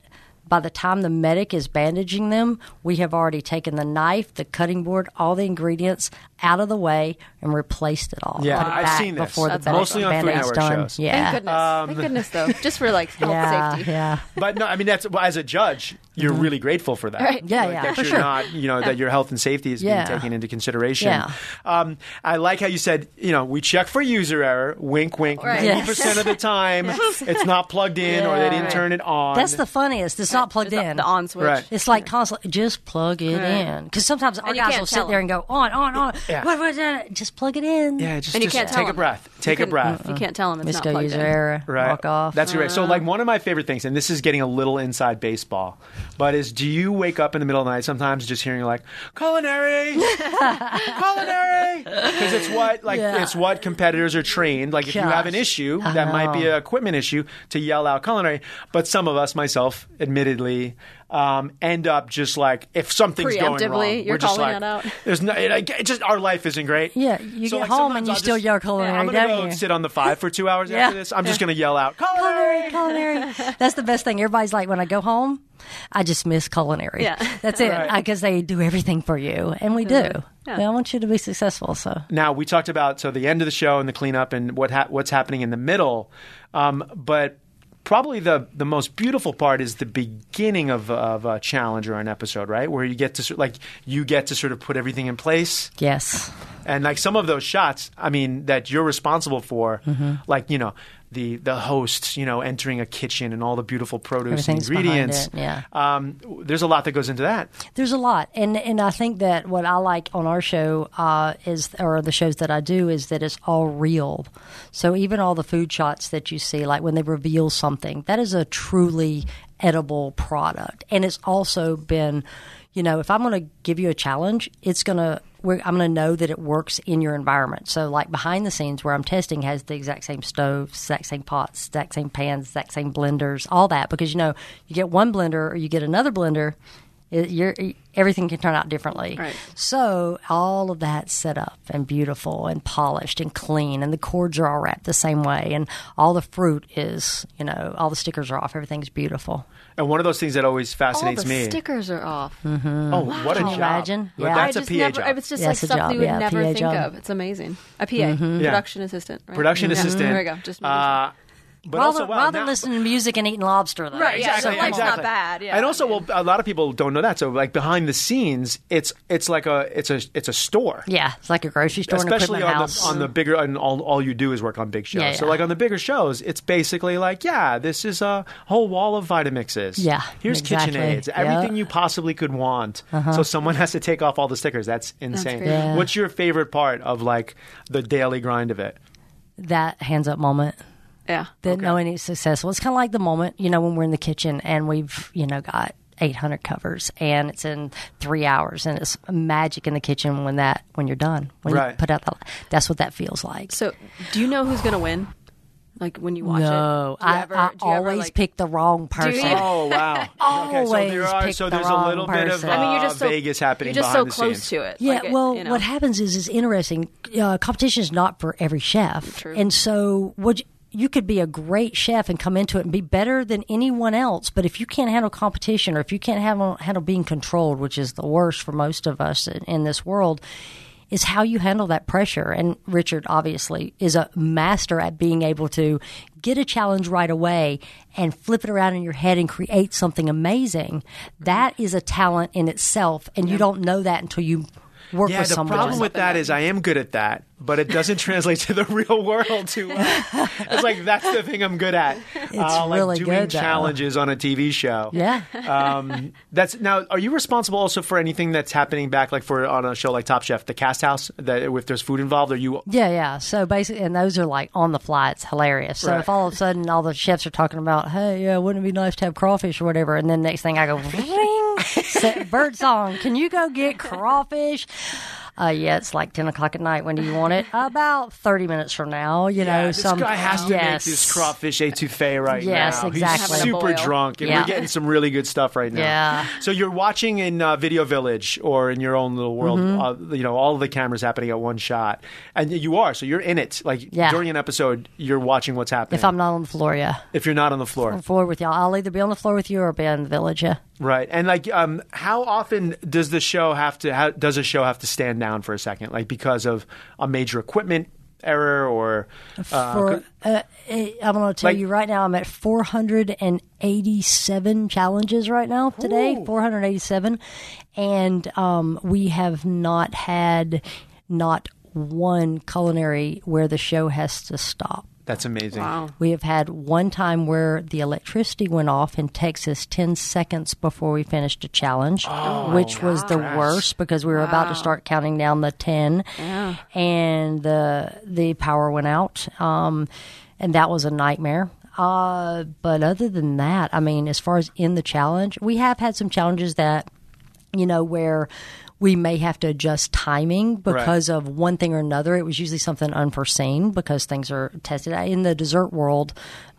Speaker 5: By the time the medic is bandaging them, we have already taken the knife, the cutting board, all the ingredients out of the way and replaced it all.
Speaker 2: Yeah,
Speaker 5: Put it
Speaker 2: I've
Speaker 5: back
Speaker 2: seen this.
Speaker 5: before
Speaker 2: That's
Speaker 5: the band-
Speaker 2: awesome. Mostly on Food
Speaker 5: band-aid's
Speaker 2: Network
Speaker 5: done.
Speaker 2: shows.
Speaker 5: Yeah,
Speaker 3: Thank goodness.
Speaker 2: Um,
Speaker 3: Thank
Speaker 2: *laughs*
Speaker 3: goodness, though. Just for like health
Speaker 5: yeah,
Speaker 3: safety.
Speaker 5: yeah.
Speaker 2: but no, I mean that's well, as a judge, you're really grateful for that.
Speaker 5: Mm-hmm. Yeah,
Speaker 2: Like,
Speaker 5: yeah,
Speaker 2: that
Speaker 5: for
Speaker 2: you're
Speaker 5: sure.
Speaker 2: not, you know, that your health and safety is
Speaker 5: Yeah.
Speaker 2: being taken into consideration.
Speaker 5: Yeah.
Speaker 2: Um, I like how you said, you know, we check for user error. Wink, wink.
Speaker 3: Right.
Speaker 2: Ninety percent of the
Speaker 5: *laughs*
Speaker 2: time, it's not plugged in or they didn't
Speaker 3: Right.
Speaker 2: turn it on.
Speaker 5: That's the funniest. It's not plugged
Speaker 3: Just the-
Speaker 5: in.
Speaker 3: The on switch.
Speaker 2: Right.
Speaker 5: It's like constantly just plug it in because sometimes our
Speaker 3: And you
Speaker 5: guys
Speaker 3: can't
Speaker 5: will
Speaker 3: tell
Speaker 5: sit there and go on, on, on.
Speaker 2: Yeah.
Speaker 5: What, what, uh, just plug it in.
Speaker 2: yeah. Just,
Speaker 3: And you
Speaker 2: just
Speaker 3: can't tell
Speaker 2: take a
Speaker 3: them.
Speaker 2: breath.
Speaker 3: You
Speaker 2: Take a
Speaker 3: couldn't-
Speaker 2: breath.
Speaker 3: You can't tell them it's
Speaker 5: Just
Speaker 3: not
Speaker 5: go
Speaker 3: plugged
Speaker 5: user
Speaker 3: in.
Speaker 5: error.
Speaker 2: Right.
Speaker 5: Walk off. Uh-huh.
Speaker 2: That's right. So, like, one of my favorite things, and this is getting a little inside baseball, but is do you wake up in the middle of the night sometimes just hearing, like,
Speaker 5: *laughs*
Speaker 2: culinary, culinary? Because it's what, like,
Speaker 5: Yeah.
Speaker 2: it's what competitors are trained. Like, if you have an
Speaker 5: Gosh.
Speaker 2: issue,
Speaker 5: I
Speaker 2: that might be
Speaker 5: know.
Speaker 2: an equipment issue to yell out culinary. But some of us, myself, admittedly, um, end up just like, if something's going wrong,
Speaker 3: Preemptively, you're
Speaker 2: we're just
Speaker 3: calling
Speaker 2: like,
Speaker 3: it out.
Speaker 2: There's no, it, it just, our life isn't great.
Speaker 5: Yeah, you
Speaker 2: So,
Speaker 5: get
Speaker 2: like,
Speaker 5: home and
Speaker 2: sometimes
Speaker 5: you
Speaker 2: I'll
Speaker 5: still
Speaker 2: just-
Speaker 5: yell culinary,
Speaker 2: I'm gonna
Speaker 5: don't
Speaker 2: go
Speaker 5: you?
Speaker 2: sit on the five for two hours
Speaker 5: *laughs* Yeah.
Speaker 2: after this. I'm just going to yell out,
Speaker 3: *laughs*
Speaker 5: Culinary, culinary. That's the best thing. Everybody's like, when I go home, I just miss culinary.
Speaker 3: Yeah.
Speaker 5: *laughs*
Speaker 3: Mm-hmm.
Speaker 5: That's it.
Speaker 2: Right.
Speaker 5: Because they do everything for you, and we do. We all want you to be successful. So
Speaker 2: Now we talked about so the end of the show and the cleanup and what ha- what's happening in the middle, um, but probably the the most beautiful part is the beginning of, of a challenge or an episode, right? Where you get to sort- like you get to sort of put everything in place
Speaker 5: yes,
Speaker 2: and like some of those shots. I mean that you're responsible for,
Speaker 5: Mm-hmm.
Speaker 2: like you know. The, the hosts, you know, entering a kitchen and all the beautiful produce and
Speaker 5: Everything's behind
Speaker 2: ingredients.
Speaker 5: it, yeah.
Speaker 2: Um, w- there's a lot that goes into that.
Speaker 5: There's a lot, and and I think that what I like on our show uh, is, or the shows that I do, is that it's all real. So even all the food shots that you see, like when they reveal something, that is a truly edible product, and it's also been, you know, if I'm going to give you a challenge, it's going to. We're, I'm going to know that it works in your environment. So, like behind the scenes, where I'm testing has the exact same stove, exact same pots, exact same pans, exact same blenders, all that. Because you know, you get one blender or you get another blender, it, you're, everything can turn out differently.
Speaker 3: Right.
Speaker 5: So all of that's set up and beautiful and polished and clean, and the cords are all wrapped the same way, and all the fruit is, you know, all the stickers are off. Everything's beautiful.
Speaker 2: And one of those things that always
Speaker 3: All
Speaker 2: fascinates
Speaker 3: the
Speaker 2: me.
Speaker 3: stickers are off.
Speaker 2: oh, what a
Speaker 5: Can you
Speaker 2: job!
Speaker 5: imagine?
Speaker 2: But
Speaker 5: Yeah.
Speaker 2: That's
Speaker 3: I
Speaker 2: a
Speaker 3: just
Speaker 2: PA
Speaker 3: never,
Speaker 2: job.
Speaker 3: It's just
Speaker 5: Yeah,
Speaker 3: like
Speaker 5: it's a
Speaker 3: stuff
Speaker 5: job.
Speaker 3: you would
Speaker 5: Yeah,
Speaker 3: never
Speaker 5: PA
Speaker 3: think
Speaker 5: job. Mm-hmm.
Speaker 3: of. It's amazing. A PA, production assistant. Right?
Speaker 2: production
Speaker 3: Yeah.
Speaker 2: assistant.
Speaker 3: There we go. Just
Speaker 2: uh, but
Speaker 5: While,
Speaker 2: also,
Speaker 5: they're,
Speaker 2: wow,
Speaker 5: while they're
Speaker 2: now-
Speaker 5: listening to music and eating lobster, though.
Speaker 3: Right, yeah,
Speaker 2: Exactly,
Speaker 3: so life's not
Speaker 2: exactly.
Speaker 3: bad, yeah.
Speaker 2: and also, well, a lot of people don't know that. So, like behind the scenes, it's it's like a it's a it's a store.
Speaker 5: Yeah, it's like a grocery store and
Speaker 2: Especially
Speaker 5: equipment
Speaker 2: on
Speaker 5: house.
Speaker 2: the on the bigger, and all, all you do is work on big shows.
Speaker 5: Yeah,
Speaker 2: So
Speaker 5: yeah.
Speaker 2: like on the bigger shows, it's basically like, yeah, this is a whole wall of Vitamixes.
Speaker 5: Yeah,
Speaker 2: here's
Speaker 5: exactly.
Speaker 2: KitchenAids,
Speaker 5: Yeah.
Speaker 2: everything you possibly could want. So someone has to take off all the stickers. That's insane.
Speaker 3: great. Yeah.
Speaker 2: What's your favorite part of like the daily grind of it?
Speaker 5: that hands up moment.
Speaker 3: yeah.
Speaker 5: that knowing it's successful. It's kind of like the moment, you know, when we're in the kitchen and we've, you know, got 800 covers and it's in three hours and it's magic in the kitchen when that, when you're done, when
Speaker 2: Right.
Speaker 5: you put out the, that's what that feels like.
Speaker 3: So, do you know who's gonna win? Like when you watch
Speaker 5: no,
Speaker 3: it? Do you
Speaker 5: I,
Speaker 3: ever-
Speaker 5: I
Speaker 3: do you ever,
Speaker 5: always
Speaker 3: like-
Speaker 5: pick the wrong
Speaker 3: *laughs*
Speaker 5: person.
Speaker 3: you?
Speaker 2: *laughs* Oh wow! okay, so there
Speaker 5: Always
Speaker 2: are
Speaker 5: pick
Speaker 2: so
Speaker 5: the
Speaker 2: there's
Speaker 5: wrong
Speaker 2: a little bit of
Speaker 5: person.
Speaker 2: uh,
Speaker 5: I
Speaker 3: I mean, you're just so,
Speaker 2: Vegas happening
Speaker 3: You're just so
Speaker 2: behind the
Speaker 3: close
Speaker 2: scenes.
Speaker 3: to it.
Speaker 5: Yeah,
Speaker 3: Like it-
Speaker 5: well,
Speaker 3: you know.
Speaker 5: what happens is it's interesting. Uh, competition is not for every chef,
Speaker 3: True.
Speaker 5: and so would you, you could be a great chef and come into it and be better than anyone else. But if you can't handle competition, or if you can't handle, handle being controlled, which is the worst for most of us in, in this world. Is how you handle that pressure. And Richard obviously is a master at being able to get a challenge right away and flip it around in your head and create something amazing. That is a talent in itself. And you don't know that until you work
Speaker 2: yeah,
Speaker 5: with
Speaker 2: the
Speaker 5: someone.
Speaker 2: problem with that is I am good at that, but it doesn't
Speaker 5: *laughs*
Speaker 2: translate to the real world too well. it's like that's the thing I'm good at. It's
Speaker 5: really
Speaker 2: like doing
Speaker 5: good, though.
Speaker 2: challenges on a TV show.
Speaker 5: yeah.
Speaker 2: Um, that's now. Are you responsible also for anything that's happening back, like for on a show like Top Chef, the cast house? That if there's food involved, are you?
Speaker 5: Yeah, yeah. So basically, and those are like on the fly. It's hilarious. So
Speaker 2: Right.
Speaker 5: if all of a sudden all the chefs are talking about, hey, yeah, wouldn't it be nice to have crawfish or whatever? And then next thing I go, ring, set bird song. Can you go get crawfish? Uh, yeah, it's like ten o'clock at night. When do you want it? About thirty minutes from now. You know,
Speaker 2: this
Speaker 5: some
Speaker 2: guy has to
Speaker 5: yes.
Speaker 2: make this crawfish etouffee right
Speaker 5: Yes,
Speaker 2: now.
Speaker 5: exactly.
Speaker 2: He's
Speaker 5: Having
Speaker 3: a
Speaker 2: super
Speaker 3: boil.
Speaker 2: drunk, and
Speaker 5: Yeah.
Speaker 2: we're getting some really good stuff right now.
Speaker 5: Yeah.
Speaker 2: So you're watching in uh, Video Village or in your own little world.
Speaker 5: Mm-hmm.
Speaker 2: Uh, you know, all the cameras happening at one shot, and you are. So you're in it. Like
Speaker 5: Yeah.
Speaker 2: during an episode, you're watching what's happening.
Speaker 5: If I'm not on the floor, yeah,
Speaker 2: if you're not on the floor,
Speaker 5: on the floor with y'all, I'll either be on the floor with you or be in the village. Yeah.
Speaker 2: right? And like, um, how often does the show have to? How, does a show have to stand down for a second, like because of a major equipment error or? Uh,
Speaker 5: For uh, eh, I'm going to tell
Speaker 2: Like-
Speaker 5: you right now, I'm at 487 challenges right now today. 487, and um, we have not had not one culinary where the show has to stop.
Speaker 2: that's amazing.
Speaker 5: We have had one time where the electricity went off in Texas 10 seconds before we finished a challenge, which was the worst because we were about to start counting down the 10 and the the power went out. Um, and that was a nightmare. Uh, but other than that, I mean, as far as in the challenge, we have had some challenges that you know, where we may have to adjust timing because of one thing or another. It was usually something unforeseen because things are tested. In the dessert world,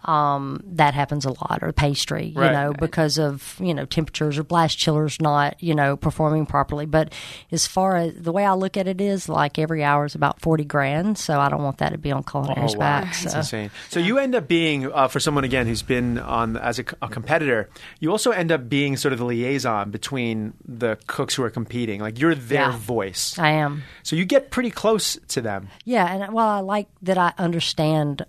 Speaker 5: um, that happens a lot, or pastry, you
Speaker 2: Right.
Speaker 5: know, because of, you know, temperatures or blast chillers not, you know, performing properly. But as far as the way I look at it is like every hour is about 40 grand. So I don't want that to be on culinary's back.
Speaker 2: Oh, That's
Speaker 5: So.
Speaker 2: insane. So you end up being uh, for someone again who's been on as a, c- a competitor. You also end up being sort of the liaison between the cooks who are competing. Like you're their
Speaker 5: Yeah.
Speaker 2: voice,
Speaker 5: I am.
Speaker 2: so you get pretty close to them.
Speaker 5: Yeah, and well, I like that I understand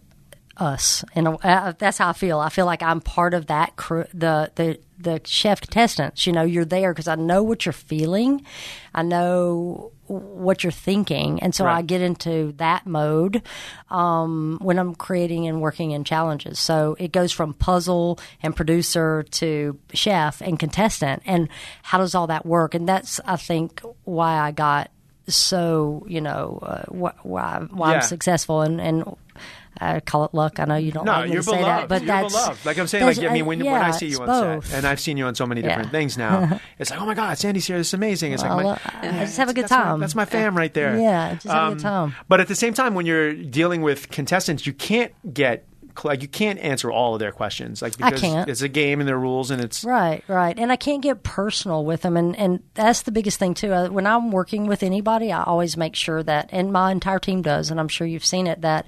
Speaker 5: us, and uh, that's how I feel. I feel like I'm part of that crew, the the the chef contestants. You know, you're there because I know what you're feeling, I know what you're thinking, and so I
Speaker 2: Right.
Speaker 5: get into that mode um, when I'm creating and working in challenges. So it goes from puzzle and producer to chef and contestant, and how does all that work? And that's I think why I got so you know uh, wh- why why
Speaker 2: Yeah.
Speaker 5: I'm successful and and I call it luck. I know you don't
Speaker 2: No,
Speaker 5: like me
Speaker 2: you're
Speaker 5: to say
Speaker 2: beloved.
Speaker 5: that, but
Speaker 2: you're
Speaker 5: that's
Speaker 2: beloved. Like I'm saying,
Speaker 5: that's-
Speaker 2: like I mean,
Speaker 5: uh,
Speaker 2: when,
Speaker 5: yeah,
Speaker 2: when I see you
Speaker 5: it's
Speaker 2: on
Speaker 5: both.
Speaker 2: set, and I've seen you on so many different
Speaker 5: Yeah.
Speaker 2: things
Speaker 5: *laughs*
Speaker 2: now, it's like, oh my God, Sandy's here. This is amazing. It's like,
Speaker 5: Well, uh,
Speaker 2: my,
Speaker 5: I- I just have a good
Speaker 2: that's my-
Speaker 5: time.
Speaker 2: that's my fam right there. Um,
Speaker 5: Yeah, just have a good time.
Speaker 2: But at the same time, when you're dealing with contestants, you can't get like you can't answer all of their questions, like because
Speaker 5: can't.
Speaker 2: it's a game and there are rules and it's
Speaker 5: Right, right. And I can't get personal with them. And, and that's the biggest thing, too. Uh, When I'm working with anybody, I always make sure that, and my entire team does, and I'm sure you've seen it, that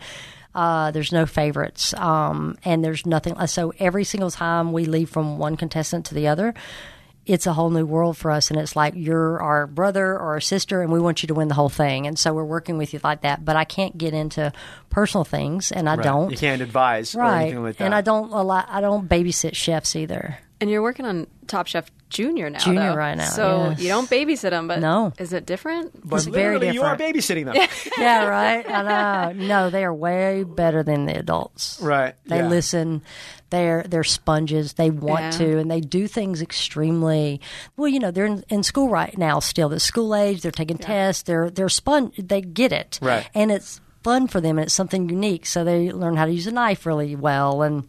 Speaker 5: uh, there's no favorites um, and there's nothing. So every single time we leave from one contestant to the other, it's a whole new world for us. And it's like you're our brother or our sister, and we want you to win the whole thing. And so we're working with you like that. But I can't get into personal things, and I
Speaker 2: Right.
Speaker 5: don't.
Speaker 2: You can't advise or
Speaker 5: Right,
Speaker 2: anything like that.
Speaker 5: and I don't allow, I don't babysit chefs either.
Speaker 3: And you're working on Top Chef Junior now.
Speaker 5: Junior
Speaker 3: though.
Speaker 5: right now,
Speaker 3: So
Speaker 5: yes.
Speaker 3: you don't babysit them, but
Speaker 5: No.
Speaker 3: is it different?
Speaker 2: But
Speaker 5: It's very
Speaker 2: literally, you are
Speaker 5: different.
Speaker 2: babysitting
Speaker 5: *laughs*
Speaker 2: them. *laughs*
Speaker 5: yeah, right. I know. No, they are way better than the adults.
Speaker 2: Right,
Speaker 5: They
Speaker 2: yeah.
Speaker 5: listen. They're they're sponges. They want
Speaker 3: Yeah.
Speaker 5: to, and they do things extremely well. You know, they're in, in school right now. Still, they're school age. They're taking tests. They're they're sponge. They get it.
Speaker 2: Right.
Speaker 5: And it's fun for them, and it's something unique. So they learn how to use a knife really well, and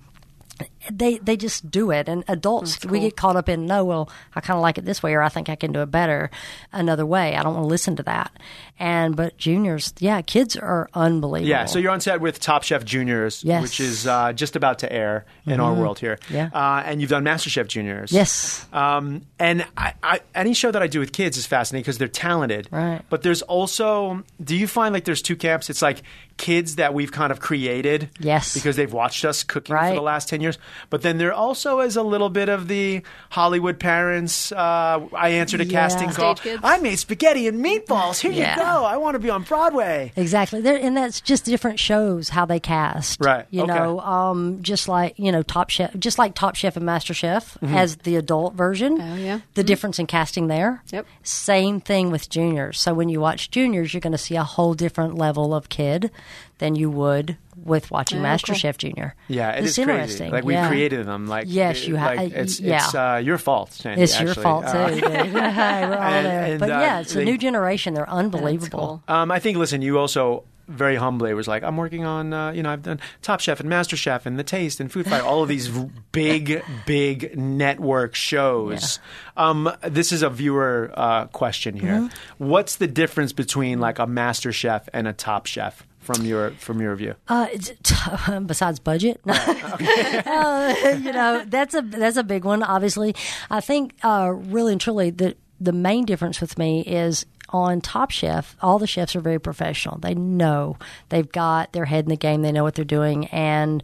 Speaker 5: they they just do it and adults we get caught up in no well i kind of like it this way or i think i can do it better another way i don't want to listen to that and but juniors yeah kids are unbelievable
Speaker 2: Yeah, so you're on set with Top Chef Juniors,
Speaker 5: Yes. Mm-hmm.
Speaker 2: which is uh, just about to air in our world here.
Speaker 5: Yeah.
Speaker 2: Uh, and you've done Master Chef Juniors.
Speaker 5: yes
Speaker 2: Um, and I, I, any show that I do with kids is fascinating because they're talented.
Speaker 5: Right.
Speaker 2: But there's also, do you find like there's two camps? It's like kids that we've kind of created.
Speaker 5: Yes.
Speaker 2: Because they've watched us cooking for
Speaker 5: Right.
Speaker 2: the last 10 years. But then there also is a little bit of the Hollywood parents. Uh, I answered a
Speaker 5: Yeah.
Speaker 2: casting call.
Speaker 3: Stage kids.
Speaker 2: I made spaghetti and meatballs. Here
Speaker 5: Yeah.
Speaker 2: you go. I want to be on Broadway.
Speaker 5: Exactly. There and that's just different shows how they cast.
Speaker 2: Right.
Speaker 5: You
Speaker 2: Okay.
Speaker 5: know, um, just like you know, Top Chef, just like Top Chef and Master Chef
Speaker 2: Mm-hmm.
Speaker 5: as the adult version.
Speaker 3: Oh, yeah.
Speaker 5: The difference in casting there.
Speaker 3: Yep.
Speaker 5: Same thing with juniors. So when you watch juniors, you're going to see a whole different level of kid than you would with watching
Speaker 3: Oh,
Speaker 5: Master
Speaker 3: cool.
Speaker 5: Chef Junior.
Speaker 2: Yeah, it
Speaker 5: it's
Speaker 2: is
Speaker 5: interesting.
Speaker 2: crazy. Like
Speaker 5: yeah.
Speaker 2: we created them. Like
Speaker 5: Yes, you have-
Speaker 2: Like, it's
Speaker 5: yeah.
Speaker 2: it's uh, your fault, Sandy.
Speaker 5: It's your
Speaker 2: actually.
Speaker 5: fault
Speaker 2: Uh,
Speaker 5: too. dude. *laughs* Yeah, We're all
Speaker 2: and-
Speaker 5: there.
Speaker 2: and,
Speaker 5: but
Speaker 2: uh,
Speaker 5: yeah, it's
Speaker 2: they-
Speaker 5: a new generation. They're
Speaker 3: cool.
Speaker 5: unbelievable.
Speaker 2: *laughs* Um, I think. Listen, you also very humbly was like, I'm working on. Uh, you know, I've done Top Chef and Master Chef and The Taste and Food Fight. All of these *laughs* big, big network shows. Um, this is a viewer uh, question here.
Speaker 5: Mm-hmm.
Speaker 2: What's the difference between like a Master Chef and a Top Chef from your from your view?
Speaker 5: Uh, it's- t- *laughs* besides budget, *laughs* Uh, you know that's a that's a big one. Obviously, I think uh, really and truly the the main difference with me is on Top Chef. All the chefs are very professional. They know they've got their head in the game. They know what they're doing, and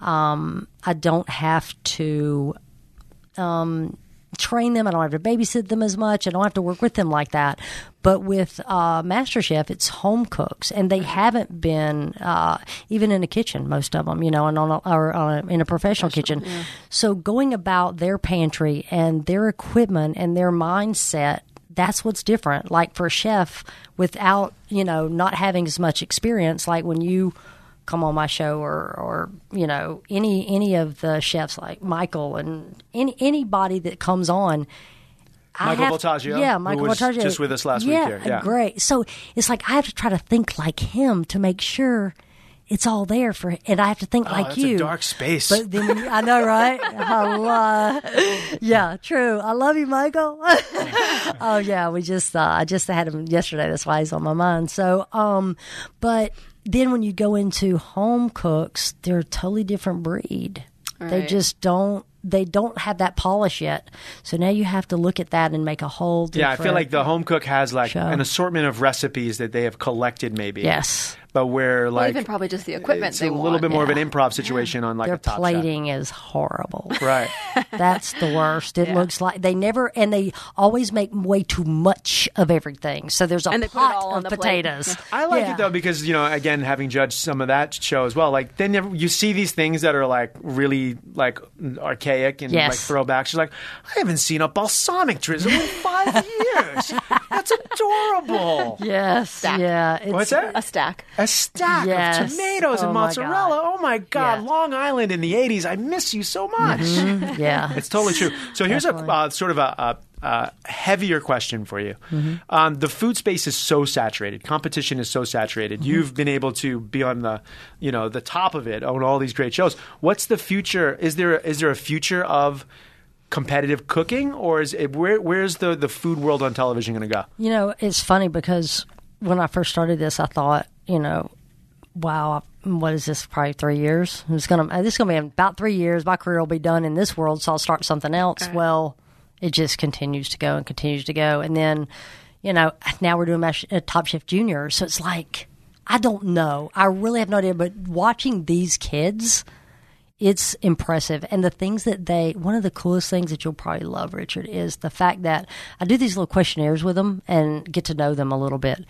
Speaker 5: um, I don't have to train them. I don't have to babysit them as much. I don't have to work with them like that. But with uh, MasterChef, it's home cooks, and they haven't been uh, even in a kitchen. Most of them, you know, and on a, or on a, in a professional kitchen. So going about their pantry and their equipment and their mindset. That's what's different. Like for a chef, without you know not having as much experience, like when you come on my show or or you know any any of the chefs like Michael and any anybody that comes on.
Speaker 2: Michael
Speaker 5: I have,
Speaker 2: Voltaggio,
Speaker 5: yeah,
Speaker 2: who
Speaker 5: Michael
Speaker 2: was
Speaker 5: Voltaggio,
Speaker 2: just with us last week
Speaker 5: yeah,
Speaker 2: here. Yeah.
Speaker 5: great. So it's like I have to try to think like him to make sure it's all there for, and I have to think like
Speaker 2: Oh, that's a
Speaker 5: you.
Speaker 2: dark space.
Speaker 5: But then when you- I know, right? Hello. Yeah, true. I love you, Michael. *laughs* oh yeah, we just uh, I just had him yesterday. That's why he's on my mind. So, um, but then when you go into home cooks, they're a totally different breed. They
Speaker 3: Right.
Speaker 5: just don't. They don't have that polish yet. So now you have to look at that and make a whole.
Speaker 2: yeah,
Speaker 5: Different,
Speaker 2: I feel like the home cook has like
Speaker 5: Show.
Speaker 2: an assortment of recipes that they have collected, maybe.
Speaker 5: Yes.
Speaker 2: but where like
Speaker 3: even probably just the equipment
Speaker 2: It's
Speaker 3: they
Speaker 2: a little
Speaker 3: want,
Speaker 2: bit more of
Speaker 5: yeah.
Speaker 2: an improv situation on like
Speaker 5: their
Speaker 2: a top
Speaker 5: plating is horrible.
Speaker 2: Chef.
Speaker 5: *laughs*
Speaker 2: right?
Speaker 5: That's the worst.
Speaker 3: *laughs*
Speaker 5: It looks like they never and they always make way too much of everything. So there's a
Speaker 3: And they put it all
Speaker 5: pot
Speaker 3: on
Speaker 5: of
Speaker 3: the plate.
Speaker 5: potatoes.
Speaker 2: *laughs* I like
Speaker 5: Yeah.
Speaker 2: it though because you know, again, having judged some of that show as well, like they never you see these things that are like really like archaic and
Speaker 5: Yes.
Speaker 2: like throwbacks. She's like, I haven't seen a balsamic drizzle in
Speaker 5: *laughs*
Speaker 2: five years. That's adorable.
Speaker 5: Yes. Yeah. It's,
Speaker 2: What's that?
Speaker 3: A stack.
Speaker 2: A stack of
Speaker 5: Yes.
Speaker 2: tomatoes
Speaker 5: Oh
Speaker 2: and
Speaker 5: my
Speaker 2: mozzarella.
Speaker 5: God.
Speaker 2: Oh my god,
Speaker 5: Yeah. Mm-hmm.
Speaker 2: Long Island in the '80s. I miss you so much. *laughs*
Speaker 5: Yeah.
Speaker 2: It's totally true. So here's a uh, sort of a, a, a heavier question for you.
Speaker 5: Mm-hmm.
Speaker 2: Um, the food space is so saturated. Competition is so
Speaker 5: Mm-hmm.
Speaker 2: saturated. You've been able to be on the, you know, the top of it on all these great shows. What's the future? Is there is there a future of competitive cooking, or is it where where's the the food world on television going to go?
Speaker 5: You know, it's funny because when I first started this, I thought, you know, wow, what is this? Probably three years. It's gonna. uh, This is gonna be about three years. My career will be done in this world, so I'll start something else. Well, it just continues to go and continues to go, and then, you know, now we're doing Mash- uh, Top Chef Junior, so it's like I don't know. I really have no idea. But watching these kids. It's impressive. And the things that they, one of the coolest things that you'll probably love, Richard, is the fact that I do these little questionnaires with them and get to know them a little bit.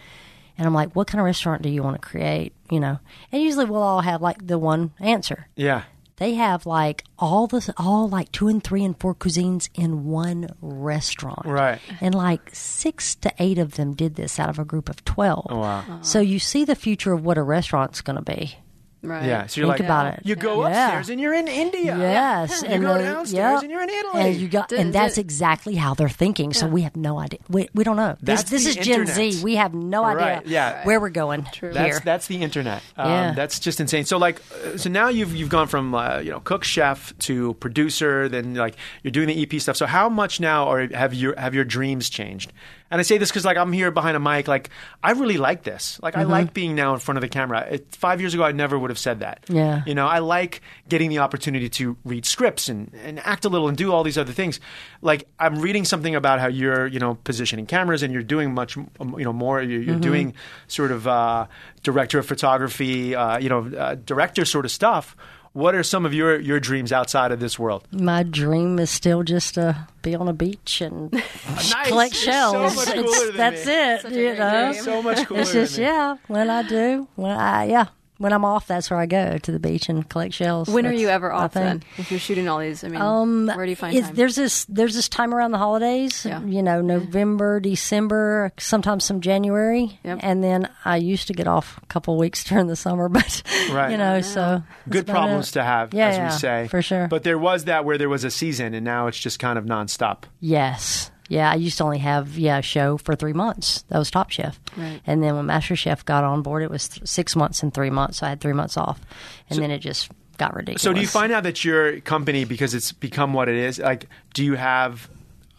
Speaker 5: And I'm like, what kind of restaurant do you want to create? You know, and usually we'll all have like the one answer.
Speaker 2: Yeah.
Speaker 5: They have like all the, all like two and three and four cuisines in one restaurant.
Speaker 2: Right.
Speaker 5: And like six to eight of them did this out of a group of 12. Oh,
Speaker 2: wow.
Speaker 5: So you see the future of what a restaurant's going to be.
Speaker 3: Right.
Speaker 2: Yeah. So you're
Speaker 5: Think
Speaker 2: like
Speaker 5: about it.
Speaker 2: You go
Speaker 5: Yeah.
Speaker 2: upstairs and you're in India.
Speaker 5: Yes,
Speaker 2: Oh, You
Speaker 5: and
Speaker 2: go
Speaker 5: they-
Speaker 2: downstairs
Speaker 5: yeah.
Speaker 2: and you're in Italy.
Speaker 5: and you got,
Speaker 3: Did-
Speaker 5: and that's
Speaker 3: did-
Speaker 5: exactly how they're thinking. So we have no idea. We, we don't know. This,
Speaker 2: That's
Speaker 5: this
Speaker 2: the
Speaker 5: is Gen
Speaker 2: internet.
Speaker 5: Z. We have no idea
Speaker 2: Right, yeah.
Speaker 5: where we're going True.
Speaker 2: That's
Speaker 5: here.
Speaker 2: that's the internet. Um,
Speaker 5: Yeah.
Speaker 2: That's just insane. So like, uh, so now you've you've gone from uh, you know cook chef to producer, then like you're doing the EP stuff. So how much now are have your have your dreams changed? And I say this because like I'm here behind a mic. Like I really like this. Like
Speaker 5: Mm-hmm.
Speaker 2: I like being now in front of the camera. It, five years ago, I never would have said that.
Speaker 5: Yeah.
Speaker 2: You know, I like getting the opportunity to read scripts and, and act a little and do all these other things. Like I'm reading something about how you're, you know, positioning cameras and you're doing much, um, you know, more. You're,
Speaker 5: Mm-hmm.
Speaker 2: you're doing sort of uh, director of photography, uh, you know, uh, director sort of stuff. What are some of your, your dreams outside of this world?
Speaker 5: My dream is still just to be on a beach and
Speaker 2: *laughs* Nice.
Speaker 5: *laughs* collect
Speaker 2: You're so
Speaker 5: shells.
Speaker 2: much
Speaker 5: It's-
Speaker 2: cooler than
Speaker 5: that's
Speaker 2: me.
Speaker 5: it.
Speaker 3: Such a
Speaker 5: you
Speaker 3: great
Speaker 5: know,
Speaker 3: dream.
Speaker 2: So much cooler.
Speaker 5: it's just
Speaker 2: than me.
Speaker 5: yeah. When I do, when I yeah, when I'm off, that's where I go to the beach and collect shells.
Speaker 3: When are
Speaker 5: That's Um,
Speaker 3: you ever
Speaker 5: my
Speaker 3: off
Speaker 5: thing.
Speaker 3: then? If you're shooting all these, I mean, where do you find
Speaker 5: It's-
Speaker 3: *laughs* time?
Speaker 5: There's this there's this time around the holidays.
Speaker 3: Yeah.
Speaker 5: You know, November, December, sometimes some January,
Speaker 3: Yep.
Speaker 5: and then I used to get off a couple weeks *laughs* during the summer, but
Speaker 2: Right.
Speaker 5: you know, so that's
Speaker 2: Good
Speaker 5: about
Speaker 2: problems
Speaker 5: it.
Speaker 2: to have,
Speaker 5: Yeah,
Speaker 2: as
Speaker 5: yeah,
Speaker 2: we say.
Speaker 5: for sure.
Speaker 2: But there was that where there was a season, and now it's just kind of nonstop.
Speaker 5: Yes. Yeah, I used to only have yeah a show for three months. That was Top Chef,
Speaker 3: Right.
Speaker 5: and then when Master Chef got on board, it was th- six months and three months. So I had three months off, and then it just got ridiculous.
Speaker 2: So do you find out that your company, because it's become what it is, like, do you have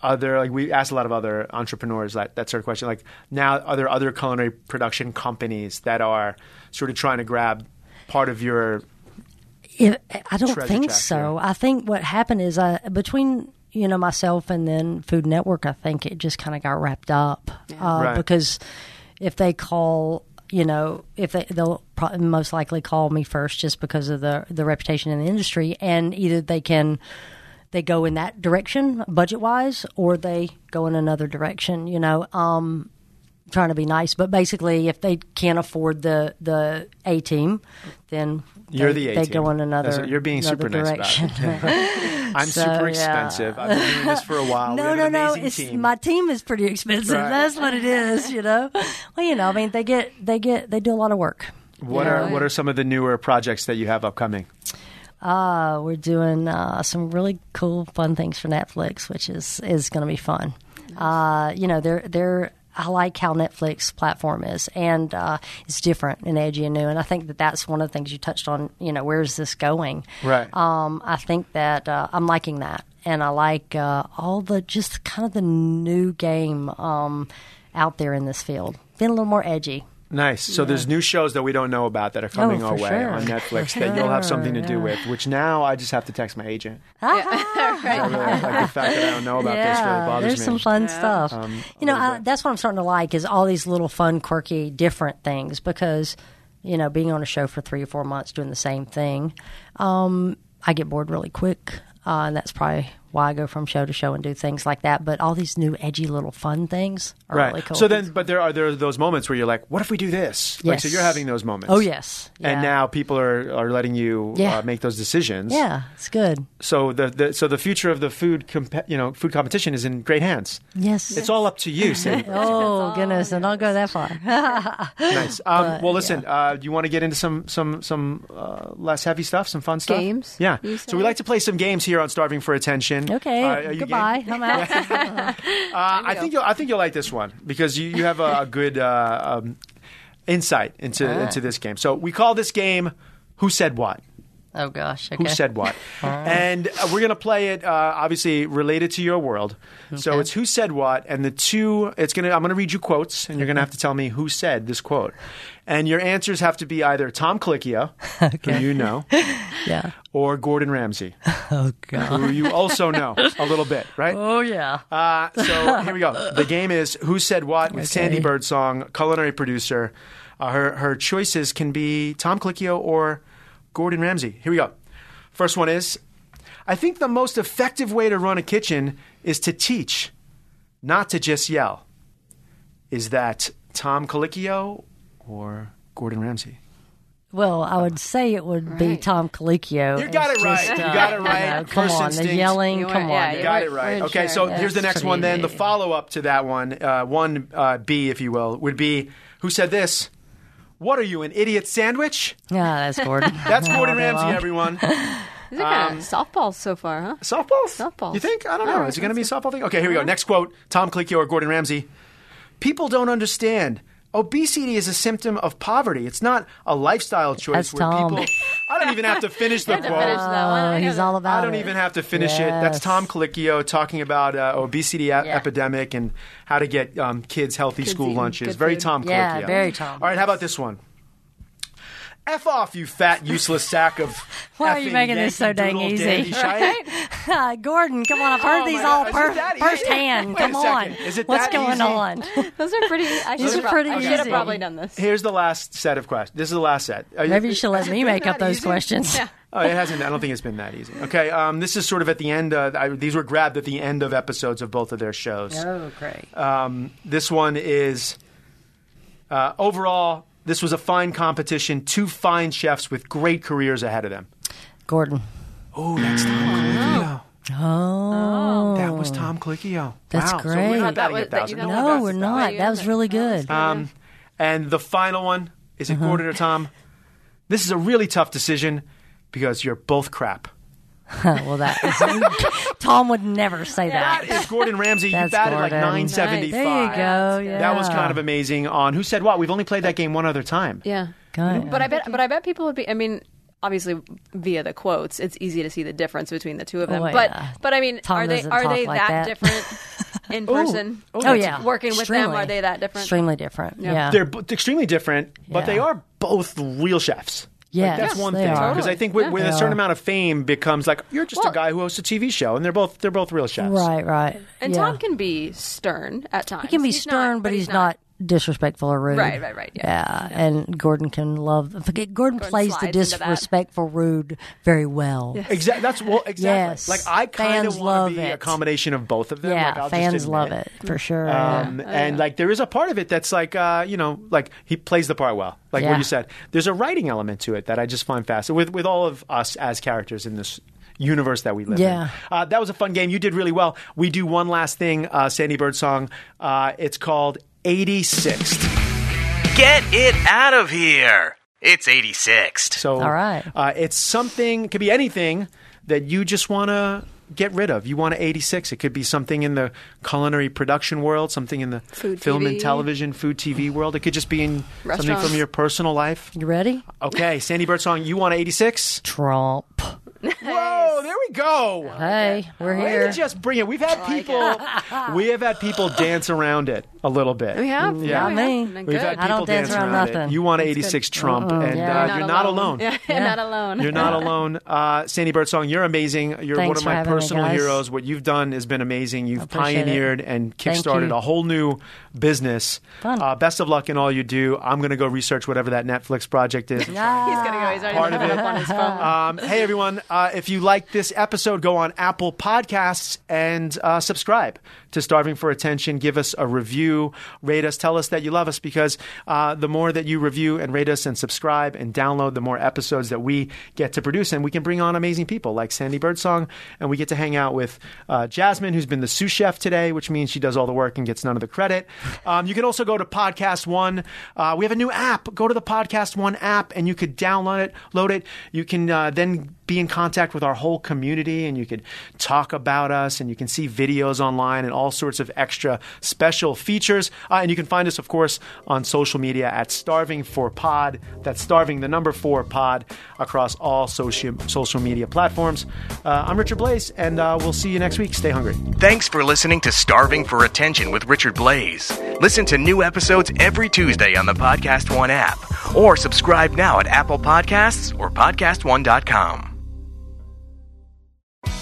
Speaker 2: other, like, we asked a lot of other entrepreneurs that, that sort of question. Like, now are there other culinary production companies that are sort of trying to grab part of your,
Speaker 5: If, I don't
Speaker 2: Treasure
Speaker 5: think
Speaker 2: trap,
Speaker 5: so. I think what happened is I between you know myself and then Food Network, I think it just kind of got wrapped up uh,
Speaker 2: Right.
Speaker 5: because if they call. You know, if they, they'll pro- most likely call me first, just because of the the reputation in the industry, and either they can they go in that direction budget wise, or they go in another direction. You know, um, trying to be nice, but basically, if they can't afford the the A team, then
Speaker 2: You're
Speaker 5: they,
Speaker 2: the
Speaker 5: they
Speaker 2: A-team.
Speaker 5: go in another.
Speaker 2: That's what- you're being
Speaker 5: another
Speaker 2: super nice about it.
Speaker 5: direction.
Speaker 2: *laughs* I'm
Speaker 5: So,
Speaker 2: super
Speaker 5: yeah.
Speaker 2: expensive. I've been doing this for a
Speaker 5: *laughs*
Speaker 2: while. we
Speaker 5: no,
Speaker 2: have
Speaker 5: no,
Speaker 2: an
Speaker 5: no.
Speaker 2: amazing
Speaker 5: It's
Speaker 2: team.
Speaker 5: my team is pretty expensive.
Speaker 2: Right.
Speaker 5: That's what it is. You know. Well, you know, I mean, they get they get they do a lot of work.
Speaker 2: What
Speaker 5: Yeah.
Speaker 2: are what are some of the newer projects that you have upcoming?
Speaker 5: Uh, we're doing uh, some really cool, fun things for Netflix, which is is going to be fun. Uh, you know, they're they're. I like how Netflix platform is, and uh, it's different and edgy and new. And I think that that's one of the things you touched on. You know, where is this going?
Speaker 2: Right.
Speaker 5: Um, I think that uh, I'm liking that, and I like uh, all the just kind of the new game um, out there in this field. Been a little more edgy.
Speaker 2: Nice. So there's new shows that we don't know about that are coming
Speaker 5: Oh,
Speaker 2: our
Speaker 5: for
Speaker 2: way
Speaker 5: sure.
Speaker 2: on Netflix
Speaker 5: *laughs*
Speaker 2: that you'll have something to do with. Which now I just have to text my agent.
Speaker 5: *laughs*
Speaker 2: I really like the fact that I don't know about this really bothers
Speaker 5: there's
Speaker 2: me. Um,
Speaker 5: some fun stuff. you know, I, that's what I'm starting to like is all these little fun, quirky, different things because you know being on a show for three or four months doing the same thing, um, I get bored really quick, uh, and that's probably why I go from show to show and do things like that. But all these new, edgy, little fun things are
Speaker 2: right.
Speaker 5: really cool.
Speaker 2: So then, but there are there are those moments where you're like, what if we do this? Like, so
Speaker 5: Yes.
Speaker 2: you're having those moments.
Speaker 5: oh yes,
Speaker 2: And
Speaker 5: Yeah.
Speaker 2: now people are, are letting you
Speaker 5: Yeah.
Speaker 2: uh, make those decisions.
Speaker 5: yeah, it's good.
Speaker 2: So the, the so the future of the food comp- you know food competition is in great hands.
Speaker 5: Yes.
Speaker 2: It's all up to you,
Speaker 5: *laughs*
Speaker 2: Cindy.
Speaker 5: Oh goodness, and I'll go
Speaker 2: *laughs*
Speaker 5: that far.
Speaker 2: Nice.
Speaker 3: *laughs*
Speaker 2: Um, well, listen. Uh, do you want to get into some some some uh, less heavy stuff, some fun stuff?
Speaker 3: Games,
Speaker 2: Yeah.
Speaker 3: you
Speaker 2: So we
Speaker 3: said?
Speaker 2: like to play some games here on Starving for Attention.
Speaker 5: Okay,
Speaker 2: Uh, are you
Speaker 5: goodbye.
Speaker 2: game?
Speaker 5: I'm
Speaker 2: *laughs*
Speaker 5: out.
Speaker 2: Uh, I think you'll, I think you'll like this one because you, you have a, a good uh, um, insight
Speaker 3: *laughs*
Speaker 2: into
Speaker 3: Ah.
Speaker 2: into this game. So we call this game "Who Said What."
Speaker 5: oh gosh. Okay.
Speaker 2: Who said
Speaker 5: *laughs*
Speaker 2: what? and uh, we're going to play it, uh, obviously related to your world. So it's who said what, and the two. It's going to. I'm going to read you quotes, and you're going to have to tell me who said this quote. And your answers have to be either Tom
Speaker 5: *laughs*
Speaker 2: Colicchio, who you know,
Speaker 5: Yeah.
Speaker 2: or Gordon Ramsay,
Speaker 5: Oh god.
Speaker 2: who you also know a little bit, right?
Speaker 5: Oh yeah.
Speaker 2: Uh, so here we go. The game is Who Said What with Sandy
Speaker 5: Okay.
Speaker 2: Birdsong, culinary producer. Uh, her, her choices can be Tom Colicchio or Gordon Ramsay. Here we go. First one is I think the most effective way to run a kitchen is to teach, not to just yell. Is that Tom Colicchio or Gordon Ramsay?
Speaker 5: Well, I would say it would be
Speaker 3: Uh, Right.
Speaker 5: Tom Colicchio.
Speaker 2: You got
Speaker 5: It's
Speaker 2: it right.
Speaker 5: just,
Speaker 2: You
Speaker 5: uh,
Speaker 2: got it right.
Speaker 5: know, come
Speaker 2: First
Speaker 5: on,
Speaker 2: instinct.
Speaker 5: the yelling.
Speaker 3: You
Speaker 5: come
Speaker 3: were- yeah,
Speaker 5: on.
Speaker 3: you
Speaker 2: You got
Speaker 3: We're-
Speaker 2: it right.
Speaker 3: we're
Speaker 2: Okay, so
Speaker 3: sure.
Speaker 2: here's the
Speaker 5: That's
Speaker 2: next one. Then the
Speaker 5: pretty-
Speaker 2: follow up to that one, uh, one uh, B, if you will, would be who said this? What are you, an idiot sandwich?
Speaker 5: Yeah, that's Gordon.
Speaker 2: *laughs* That's
Speaker 5: All
Speaker 2: Gordon
Speaker 5: day
Speaker 2: Ramsay, *laughs*
Speaker 5: long.
Speaker 2: everyone.
Speaker 3: These are
Speaker 2: Uh,
Speaker 3: kind of softballs so far, huh?
Speaker 2: Softball?
Speaker 3: Softballs.
Speaker 2: You think? I don't know.
Speaker 3: All right,
Speaker 2: Is it going to be a
Speaker 3: that's
Speaker 2: softball thing? Okay, here we go. Next quote Tom Colicchio or Gordon Ramsay. People don't understand. Obesity is a symptom of poverty. It's not a lifestyle choice
Speaker 5: That's
Speaker 2: where
Speaker 5: Tom.
Speaker 2: people. *laughs* I don't even *laughs* have to finish the quote.
Speaker 3: finish that uh, one.
Speaker 5: Oh, he's all about
Speaker 2: I don't
Speaker 5: it.
Speaker 2: even
Speaker 5: *laughs*
Speaker 2: have to finish it. That's
Speaker 5: Yes.
Speaker 2: Tom Colicchio talking about uh, obesity e- epidemic and how to get um, kids healthy school
Speaker 3: eating
Speaker 2: lunches.
Speaker 3: good
Speaker 2: Very
Speaker 3: food.
Speaker 2: Tom
Speaker 5: Yeah,
Speaker 2: Colicchio.
Speaker 5: very Tom.
Speaker 2: All right, how about this one? F off, you fat, useless sack of.
Speaker 5: Why are you
Speaker 2: effing
Speaker 5: *laughs* making this so
Speaker 2: Yankee
Speaker 5: dang
Speaker 2: Doodle
Speaker 5: easy?
Speaker 2: Dandy shite.
Speaker 5: Gordon, come on! I've heard these all
Speaker 2: Oh God.
Speaker 5: per-
Speaker 2: Is it that easy? *laughs*
Speaker 5: firsthand.
Speaker 2: Wait a
Speaker 5: Come on,
Speaker 2: second. Is it
Speaker 5: what's
Speaker 2: that
Speaker 5: going
Speaker 2: easy?
Speaker 5: on?
Speaker 3: Those are pretty. e-, I
Speaker 5: Those
Speaker 3: should
Speaker 5: are
Speaker 3: have
Speaker 5: pretty
Speaker 3: I should have
Speaker 5: easy.
Speaker 3: probably done this.
Speaker 2: Here's the last set of questions. This is the last set. Are
Speaker 5: Maybe you
Speaker 3: *laughs*
Speaker 5: should let me make up
Speaker 2: that
Speaker 5: those
Speaker 2: easy?
Speaker 5: questions.
Speaker 2: *laughs* Oh, it hasn't. I don't think it's been that easy. Okay, um, this is sort of at the end. Uh, I, these were grabbed at the end of episodes of both of their shows.
Speaker 5: Oh, great!
Speaker 2: This one is uh, overall. This was a fine competition. Two fine chefs with great careers ahead of them.
Speaker 5: Gordon,
Speaker 2: Oh, that's Tom
Speaker 5: oh,
Speaker 2: Colicchio. That was Tom Colicchio.
Speaker 5: That's
Speaker 2: wow. So
Speaker 5: great.
Speaker 2: we're not
Speaker 3: That
Speaker 2: batting
Speaker 3: was-
Speaker 2: a
Speaker 3: that you
Speaker 2: thousand.
Speaker 3: got
Speaker 5: no, we're not.
Speaker 3: Yeah.
Speaker 5: That was really good.
Speaker 2: Um, and the final one is
Speaker 5: Uh-huh.
Speaker 2: it Gordon or Tom? This is a really tough decision because you're both crap.
Speaker 5: Oh, well, that
Speaker 3: *laughs*
Speaker 5: is, Tom would never say that.
Speaker 2: It's Gordon Ramsay. you
Speaker 5: That's
Speaker 2: batted like
Speaker 5: Gordon. Nice.
Speaker 2: 975.
Speaker 5: There you go. Yeah.
Speaker 2: That was kind of amazing. On who said what? We've only played that game one other time.
Speaker 3: Yeah.
Speaker 5: Got it.
Speaker 3: But I bet. But I bet people would be. I mean, obviously via the quotes, it's easy to see the difference between the two of them.
Speaker 5: Oh,
Speaker 3: but
Speaker 5: yeah.
Speaker 3: but I mean,
Speaker 5: Tom
Speaker 3: are they
Speaker 5: doesn't
Speaker 3: are
Speaker 5: talk
Speaker 3: they
Speaker 5: like
Speaker 3: that,
Speaker 5: that. *laughs*
Speaker 3: different in person?
Speaker 5: Oh yeah,
Speaker 3: Working with them,
Speaker 5: Extremely.
Speaker 3: are they that different?
Speaker 5: Extremely different. Yeah,
Speaker 2: They're b- extremely different, but
Speaker 5: Yeah.
Speaker 2: they are both real chefs.
Speaker 5: Yes,
Speaker 2: like, that's one
Speaker 5: they
Speaker 2: thing
Speaker 5: are.
Speaker 2: because I think with, with a
Speaker 5: They
Speaker 2: certain
Speaker 5: are.
Speaker 2: amount of fame becomes like you're just
Speaker 3: Well-
Speaker 2: a guy who hosts a TV show, and they're both they're both real chefs.
Speaker 5: right, right.
Speaker 3: And
Speaker 5: yeah.
Speaker 3: Tom can be stern at times.
Speaker 5: He can be stern, but, he's, not, disrespectful or rude.
Speaker 3: Right, right, right, yeah.
Speaker 5: Yeah, and Gordon can love. Gordon, plays the
Speaker 3: slides into that.
Speaker 5: disrespectful rude very well. Yeah,
Speaker 2: Exactly. That's well. Exactly.
Speaker 5: Yes.
Speaker 2: Like I kind
Speaker 5: Fans
Speaker 2: of want
Speaker 5: love
Speaker 2: to be a
Speaker 5: it.
Speaker 2: combination of both of them. like, I'll just
Speaker 5: fans
Speaker 2: admit.
Speaker 5: love it for sure.
Speaker 2: Um,
Speaker 5: Oh,
Speaker 2: and like there is a part of it that's like uh, you know like he plays the part well like
Speaker 5: Yeah.
Speaker 2: what you said there's a writing element to it that i just find fascinating with, with all of us as characters in this universe that we live
Speaker 5: Yeah.
Speaker 2: in uh, that was a fun game you did really well we do one last thing uh, sandy bird song uh, it's called 86th
Speaker 1: Get it out of here! It's 86th.
Speaker 2: so
Speaker 5: All right.
Speaker 2: uh, it's something could be anything that you just want to get rid of you want to 86 it could be something in the culinary production world something in the
Speaker 3: Food,
Speaker 2: film and
Speaker 3: TV.
Speaker 2: television food tv world it could just be in something
Speaker 3: Restaurants.
Speaker 2: from your personal life
Speaker 5: you ready?
Speaker 2: Okay, Sandy Bird song. You want to 86?
Speaker 5: Trump.
Speaker 2: Whoa, there we go.
Speaker 5: Hey, we're
Speaker 2: Way
Speaker 5: here.
Speaker 2: to just bring it. We've had people. *laughs* we have had people dance around it a little bit.
Speaker 3: We have.
Speaker 2: Yeah.
Speaker 3: we
Speaker 5: Not me.
Speaker 3: have. And
Speaker 2: We've
Speaker 3: good.
Speaker 2: had
Speaker 5: I
Speaker 2: people
Speaker 5: don't dance around
Speaker 2: it.
Speaker 5: nothing. Mm-hmm.
Speaker 2: You want to 86 Trump, and
Speaker 5: Yeah.
Speaker 2: uh, you're not alone.
Speaker 3: *laughs* Yeah, not alone.
Speaker 2: You're
Speaker 5: *laughs*
Speaker 2: not alone. Uh, Sandy Bird song. You're amazing. You're
Speaker 5: Thanks
Speaker 2: one of
Speaker 5: for
Speaker 2: my
Speaker 5: having me,
Speaker 2: personal
Speaker 5: guys.
Speaker 2: heroes. What you've done has been amazing. You've
Speaker 5: appreciate it.
Speaker 2: pioneered and
Speaker 5: Thank
Speaker 2: kickstarted
Speaker 5: you.
Speaker 2: a whole new business.
Speaker 5: Fun.
Speaker 2: Uh, best of luck in all you do. I'm going to go research whatever that Netflix project is.
Speaker 3: *laughs* He's gonna go. He's already
Speaker 2: Part
Speaker 3: looking
Speaker 2: of
Speaker 3: it
Speaker 2: it.
Speaker 3: up on his phone.
Speaker 2: *laughs* Um, hey, everyone. Uh, if you like this episode, go on Apple Podcasts and uh, subscribe to Starving for Attention. Give us a review, rate us, tell us that you love us because uh, the more that you review and rate us and subscribe and download, the more episodes that we get to produce. And we can bring on amazing people like Sandy Birdsong. And we get to hang out with uh, Jasmine, who's been the sous chef today, which means she does all the work and gets none of the credit. Um, you can also go to Podcast One. Uh, we have a new app. Go to the Podcast One app and you could download it, load it. You can uh, then be in contact with our whole community and you could talk about us and you can see videos online and all sorts of extra special features. Uh, and you can find us, of course, on social media at Starving for Pod. That's Starving the number four pod across all social, social media platforms. Uh, I'm Richard Blaze and uh, we'll see you next week. Stay hungry.
Speaker 1: Thanks for listening to Starving for Attention with Richard Blaze. Listen to new episodes every Tuesday on the Podcast One app, or subscribe now at Apple Podcasts or PodcastOne.com.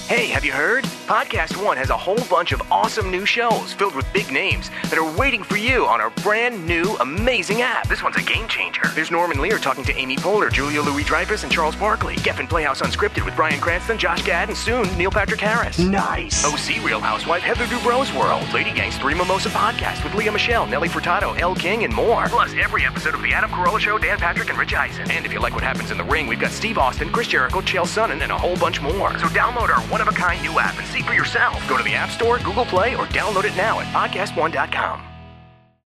Speaker 1: Hey, have you heard? Podcast One has a whole bunch of awesome new shows filled with big names that are waiting for you on our brand new, amazing app. This one's a game changer. There's Norman Lear talking to Amy Poehler, Julia Louis Dreyfus, and Charles Barkley. Geffen Playhouse Unscripted with Brian Cranston, Josh Gad, and soon Neil Patrick Harris. Nice. OC Real Housewife Heather Dubrow's World. Lady Gang's Three Mimosa Podcast with Leah Michelle, Nelly Furtado, El King, and more. Plus, every episode of The Adam Carolla Show, Dan Patrick, and Rich Eisen. And if you like what happens in the ring, we've got Steve Austin, Chris Jericho, Chael Sonnen, and a whole bunch more. So download our one of a kind new app and see for yourself. Go to the App Store, Google Play, or download it now at podcastone.com.